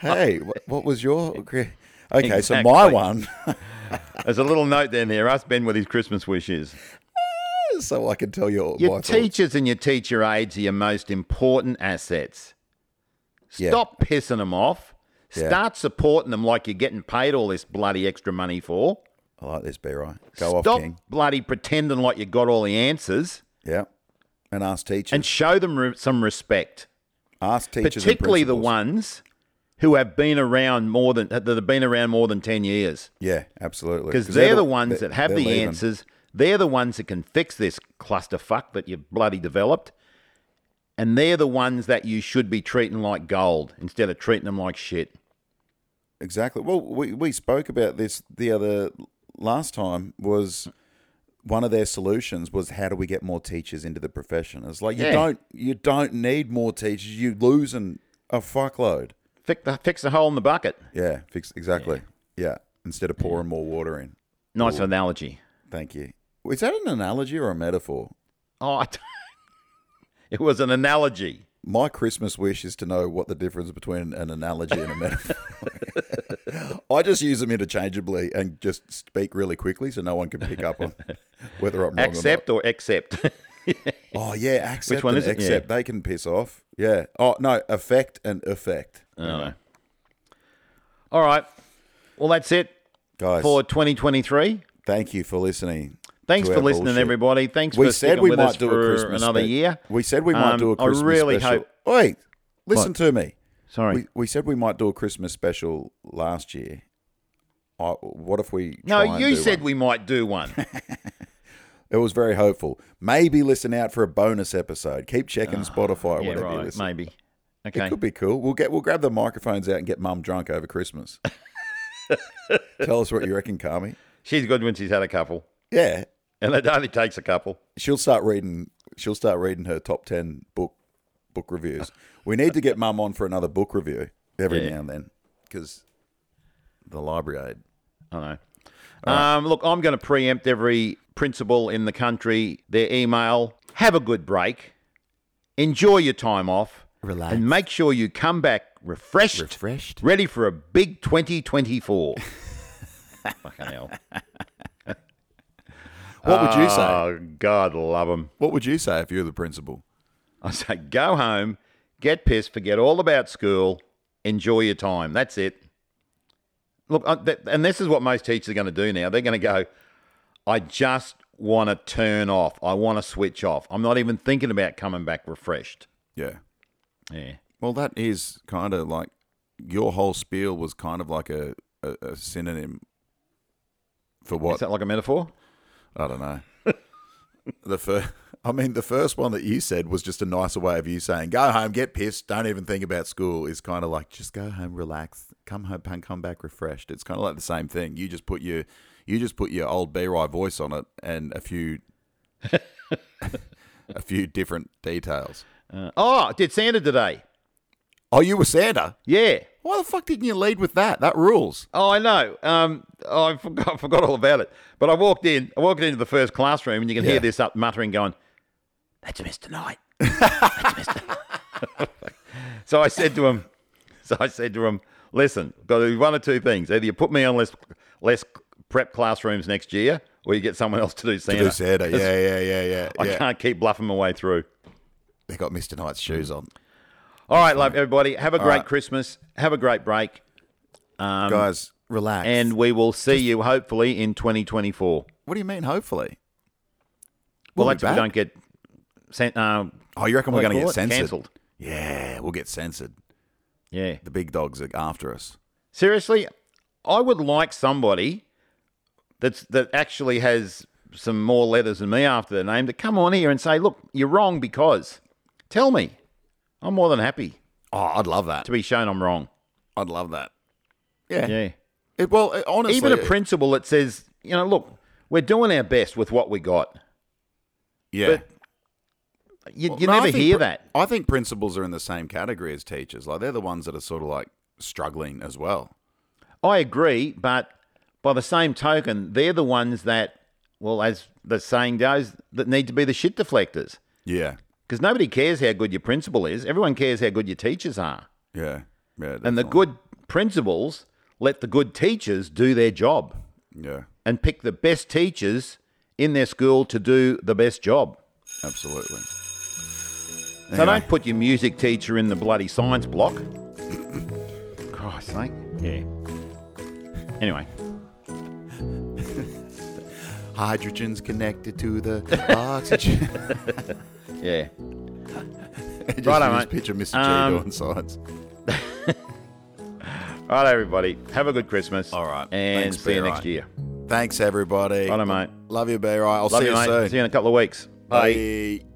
[SPEAKER 1] Hey, wh- what was your cri- Okay, so my
[SPEAKER 2] Exactly.
[SPEAKER 1] one
[SPEAKER 2] (laughs)
[SPEAKER 1] (laughs)
[SPEAKER 2] There's a little note down there. Ask Ben what his Christmas wish is.
[SPEAKER 1] so I can tell you
[SPEAKER 2] Your
[SPEAKER 1] my thoughts.
[SPEAKER 2] teachers and your teacher aides are your most important assets.
[SPEAKER 1] Yeah.
[SPEAKER 2] Stop pissing them off.
[SPEAKER 1] Yeah.
[SPEAKER 2] Start supporting them like you're getting paid all this bloody extra money for.
[SPEAKER 1] I like this, be right. Go
[SPEAKER 2] Stop
[SPEAKER 1] off, King.
[SPEAKER 2] bloody pretending like you got all the answers
[SPEAKER 1] Yeah. And ask teachers.
[SPEAKER 2] and show them re- some respect,
[SPEAKER 1] ask teachers. and
[SPEAKER 2] particularly the
[SPEAKER 1] principals.
[SPEAKER 2] ones who have been around more than that have been around more than 10 years
[SPEAKER 1] Yeah, absolutely.
[SPEAKER 2] because they're, the
[SPEAKER 1] they-
[SPEAKER 2] ones that have
[SPEAKER 1] they're
[SPEAKER 2] the
[SPEAKER 1] leaving.
[SPEAKER 2] answers. They're the ones that can fix this clusterfuck that you've bloody developed. And they're the ones that you should be treating like gold instead of treating them like shit.
[SPEAKER 1] Exactly. Well, we, we spoke about this the other last time was one of their solutions was how do we get more teachers into the profession? It's like you
[SPEAKER 2] Yeah.
[SPEAKER 1] don't you don't need more teachers. You're losing a fuckload.
[SPEAKER 2] Fix the, fix the hole in the bucket.
[SPEAKER 1] Yeah, fix exactly. Yeah. Instead of pouring more water in.
[SPEAKER 2] Nice analogy.
[SPEAKER 1] Thank you. Is that an analogy or a metaphor?
[SPEAKER 2] Oh, I don't- (laughs) it was an analogy.
[SPEAKER 1] My Christmas wish is to know what the difference between an analogy and a metaphor. (laughs) I just use them interchangeably and just speak really quickly so no one can pick up on whether I'm wrong
[SPEAKER 2] Accept or accept.
[SPEAKER 1] (laughs)
[SPEAKER 2] (laughs)
[SPEAKER 1] or not. Oh yeah, accept
[SPEAKER 2] one
[SPEAKER 1] and
[SPEAKER 2] is it? Yeah.
[SPEAKER 1] accept. They can piss off. Yeah. Oh no, effect and effect.
[SPEAKER 2] Oh. All right. Well, that's it
[SPEAKER 1] Guys,
[SPEAKER 2] for 2023.
[SPEAKER 1] thank you for listening.
[SPEAKER 2] Thanks
[SPEAKER 1] to
[SPEAKER 2] for
[SPEAKER 1] our
[SPEAKER 2] listening,
[SPEAKER 1] bullshit.
[SPEAKER 2] everybody. Thanks
[SPEAKER 1] We
[SPEAKER 2] for
[SPEAKER 1] said
[SPEAKER 2] sticking
[SPEAKER 1] we
[SPEAKER 2] with us
[SPEAKER 1] might do
[SPEAKER 2] for
[SPEAKER 1] a Christmas
[SPEAKER 2] another
[SPEAKER 1] spe-
[SPEAKER 2] year.
[SPEAKER 1] We said we might
[SPEAKER 2] Um,
[SPEAKER 1] do a Christmas
[SPEAKER 2] I really
[SPEAKER 1] special.
[SPEAKER 2] hope.
[SPEAKER 1] Wait, listen to me.
[SPEAKER 2] Sorry.
[SPEAKER 1] We, we said we might do a Christmas special last year. I, what if we?
[SPEAKER 2] no,
[SPEAKER 1] try and
[SPEAKER 2] you
[SPEAKER 1] do
[SPEAKER 2] said
[SPEAKER 1] one?
[SPEAKER 2] we might do
[SPEAKER 1] (laughs)
[SPEAKER 2] one.
[SPEAKER 1] It was very hopeful. Maybe listen out for a bonus episode. Keep checking Spotify or
[SPEAKER 2] Ah, yeah,
[SPEAKER 1] whatever you
[SPEAKER 2] right.
[SPEAKER 1] listen.
[SPEAKER 2] Maybe.
[SPEAKER 1] It
[SPEAKER 2] Okay.
[SPEAKER 1] could be cool. We'll get we'll grab the microphones out and get Mum drunk over
[SPEAKER 2] (laughs)
[SPEAKER 1] Christmas. Tell us what you reckon, Carmi.
[SPEAKER 2] She's good when she's had a couple,
[SPEAKER 1] Yeah,
[SPEAKER 2] and it only takes a couple.
[SPEAKER 1] she'll start reading. She'll start reading her top ten book book reviews. We need to get Mum on for another book review every
[SPEAKER 2] Yeah.
[SPEAKER 1] now and then because the library aid.
[SPEAKER 2] I know. Um, look, I'm going to preempt every principal in the country, their email. Have a good break. Enjoy your time off.
[SPEAKER 1] Relax.
[SPEAKER 2] And make sure you come back refreshed,
[SPEAKER 1] Refreshed.
[SPEAKER 2] ready for a big
[SPEAKER 1] (laughs)
[SPEAKER 2] 2024. Fucking hell.
[SPEAKER 1] What would you say?
[SPEAKER 2] Oh, God, love them.
[SPEAKER 1] What would you say if you were the principal?
[SPEAKER 2] I say, go home, get pissed, forget all about school, enjoy your time. That's it. Look, I- th- and this is what most teachers are going to do now. They're going to go, I just want to turn off. I want to switch off. I'm not even thinking about coming back refreshed.
[SPEAKER 3] Yeah.
[SPEAKER 2] Yeah.
[SPEAKER 3] Well, that is kind of like your whole spiel was kind of like a, a, a synonym for
[SPEAKER 2] Is
[SPEAKER 3] what
[SPEAKER 2] that like a metaphor?
[SPEAKER 3] I don't know. (laughs) the first, I mean, the first one that you said was just a nicer way of you saying "go home, get pissed, don't even think about school." Is kind of like just go home, relax, come home, and come back refreshed. It's kind of like the same thing. You just put your you just put your old B-Rye voice on it and a few (laughs) a few different details.
[SPEAKER 2] Uh, oh, I did Santa today.
[SPEAKER 3] Oh, you were Santa.
[SPEAKER 2] Yeah.
[SPEAKER 3] Why the fuck didn't you lead with that? That rules.
[SPEAKER 2] Oh, I know. Um, oh, I forgot, (laughs) I forgot all about it. But I walked in. I walked into the first classroom, and you can
[SPEAKER 3] Yeah.
[SPEAKER 2] hear this up muttering, going, "That's Mr. Knight." That's Mr. (laughs) so I said to him, so I said to him, "Listen, got to do one or two things. Either you put me on less less prep classrooms next year, or you get someone else to do Santa.
[SPEAKER 1] Do Santa. Yeah,
[SPEAKER 2] It's-
[SPEAKER 1] yeah, yeah, yeah.
[SPEAKER 2] I
[SPEAKER 1] yeah.
[SPEAKER 2] can't Mm. keep bluffing my way through.
[SPEAKER 1] They got Mr. Knight's shoes on.
[SPEAKER 2] All right, love everybody. Have a great
[SPEAKER 1] right.
[SPEAKER 2] Christmas. Have a great break,
[SPEAKER 1] Guys, relax.
[SPEAKER 2] Um, and we will see you hopefully in 2024.
[SPEAKER 1] what do you mean? Hopefully, We'll
[SPEAKER 2] Well,
[SPEAKER 1] be
[SPEAKER 2] that's if we
[SPEAKER 1] back.
[SPEAKER 2] don't get sent. Um,
[SPEAKER 1] Oh, you reckon
[SPEAKER 2] What
[SPEAKER 1] we're going
[SPEAKER 2] do
[SPEAKER 1] to
[SPEAKER 2] you
[SPEAKER 1] get
[SPEAKER 2] call it?
[SPEAKER 1] censored?
[SPEAKER 2] Cancelled.
[SPEAKER 1] Yeah, we'll get censored.
[SPEAKER 2] yeah.
[SPEAKER 1] The big dogs are after us.
[SPEAKER 2] Seriously, I would like somebody that's that actually has some more letters than me after their name to come on here and say, "Look, you're wrong because." Tell me. I'm more than happy
[SPEAKER 1] Oh, I'd love that.
[SPEAKER 2] to be shown I'm wrong.
[SPEAKER 1] I'd love that. Yeah.
[SPEAKER 2] Yeah.
[SPEAKER 1] It, well, it, honestly,
[SPEAKER 2] Even a
[SPEAKER 1] it-
[SPEAKER 2] principle that says, you know, look, we're doing our best with what we got.
[SPEAKER 1] Yeah.
[SPEAKER 2] but You, you
[SPEAKER 1] No, I
[SPEAKER 2] never
[SPEAKER 1] think
[SPEAKER 2] hear
[SPEAKER 1] pri-
[SPEAKER 2] that.
[SPEAKER 1] I think principals are in the same category as teachers. Like they're the ones that are sort of like struggling as well.
[SPEAKER 2] I agree, but by the same token, they're the ones that, well, as the saying goes, that need to be the shit deflectors.
[SPEAKER 1] Yeah.
[SPEAKER 2] Because nobody cares how good your principal is. Everyone cares how good your teachers are.
[SPEAKER 1] Yeah. Yeah.
[SPEAKER 2] And
[SPEAKER 1] definitely.
[SPEAKER 2] the good principals let the good teachers do their job
[SPEAKER 1] Yeah.
[SPEAKER 2] and pick the best teachers in their school to do the best job.
[SPEAKER 1] Absolutely.
[SPEAKER 2] So don't put your music teacher in the bloody science block. Christ's sake. Yeah. Anyway,
[SPEAKER 1] Hydrogen's connected to the
[SPEAKER 2] (laughs)
[SPEAKER 1] oxygen.
[SPEAKER 2] yeah.
[SPEAKER 1] (laughs) Just
[SPEAKER 2] Righto,
[SPEAKER 1] just
[SPEAKER 2] mate.
[SPEAKER 1] picture Mr.
[SPEAKER 2] Um,
[SPEAKER 1] G doing science.
[SPEAKER 2] All right, everybody. Have a good Christmas.
[SPEAKER 1] All right.
[SPEAKER 2] And
[SPEAKER 1] Thanks,
[SPEAKER 2] see you
[SPEAKER 1] Bear
[SPEAKER 2] next
[SPEAKER 1] Eye.
[SPEAKER 2] year.
[SPEAKER 1] Thanks, everybody.
[SPEAKER 2] Righto, mate.
[SPEAKER 1] Love you, B. Right. I'll
[SPEAKER 2] Love
[SPEAKER 1] see
[SPEAKER 2] you,
[SPEAKER 1] you
[SPEAKER 2] mate.
[SPEAKER 1] soon.
[SPEAKER 2] See you in a couple of weeks.
[SPEAKER 1] Bye.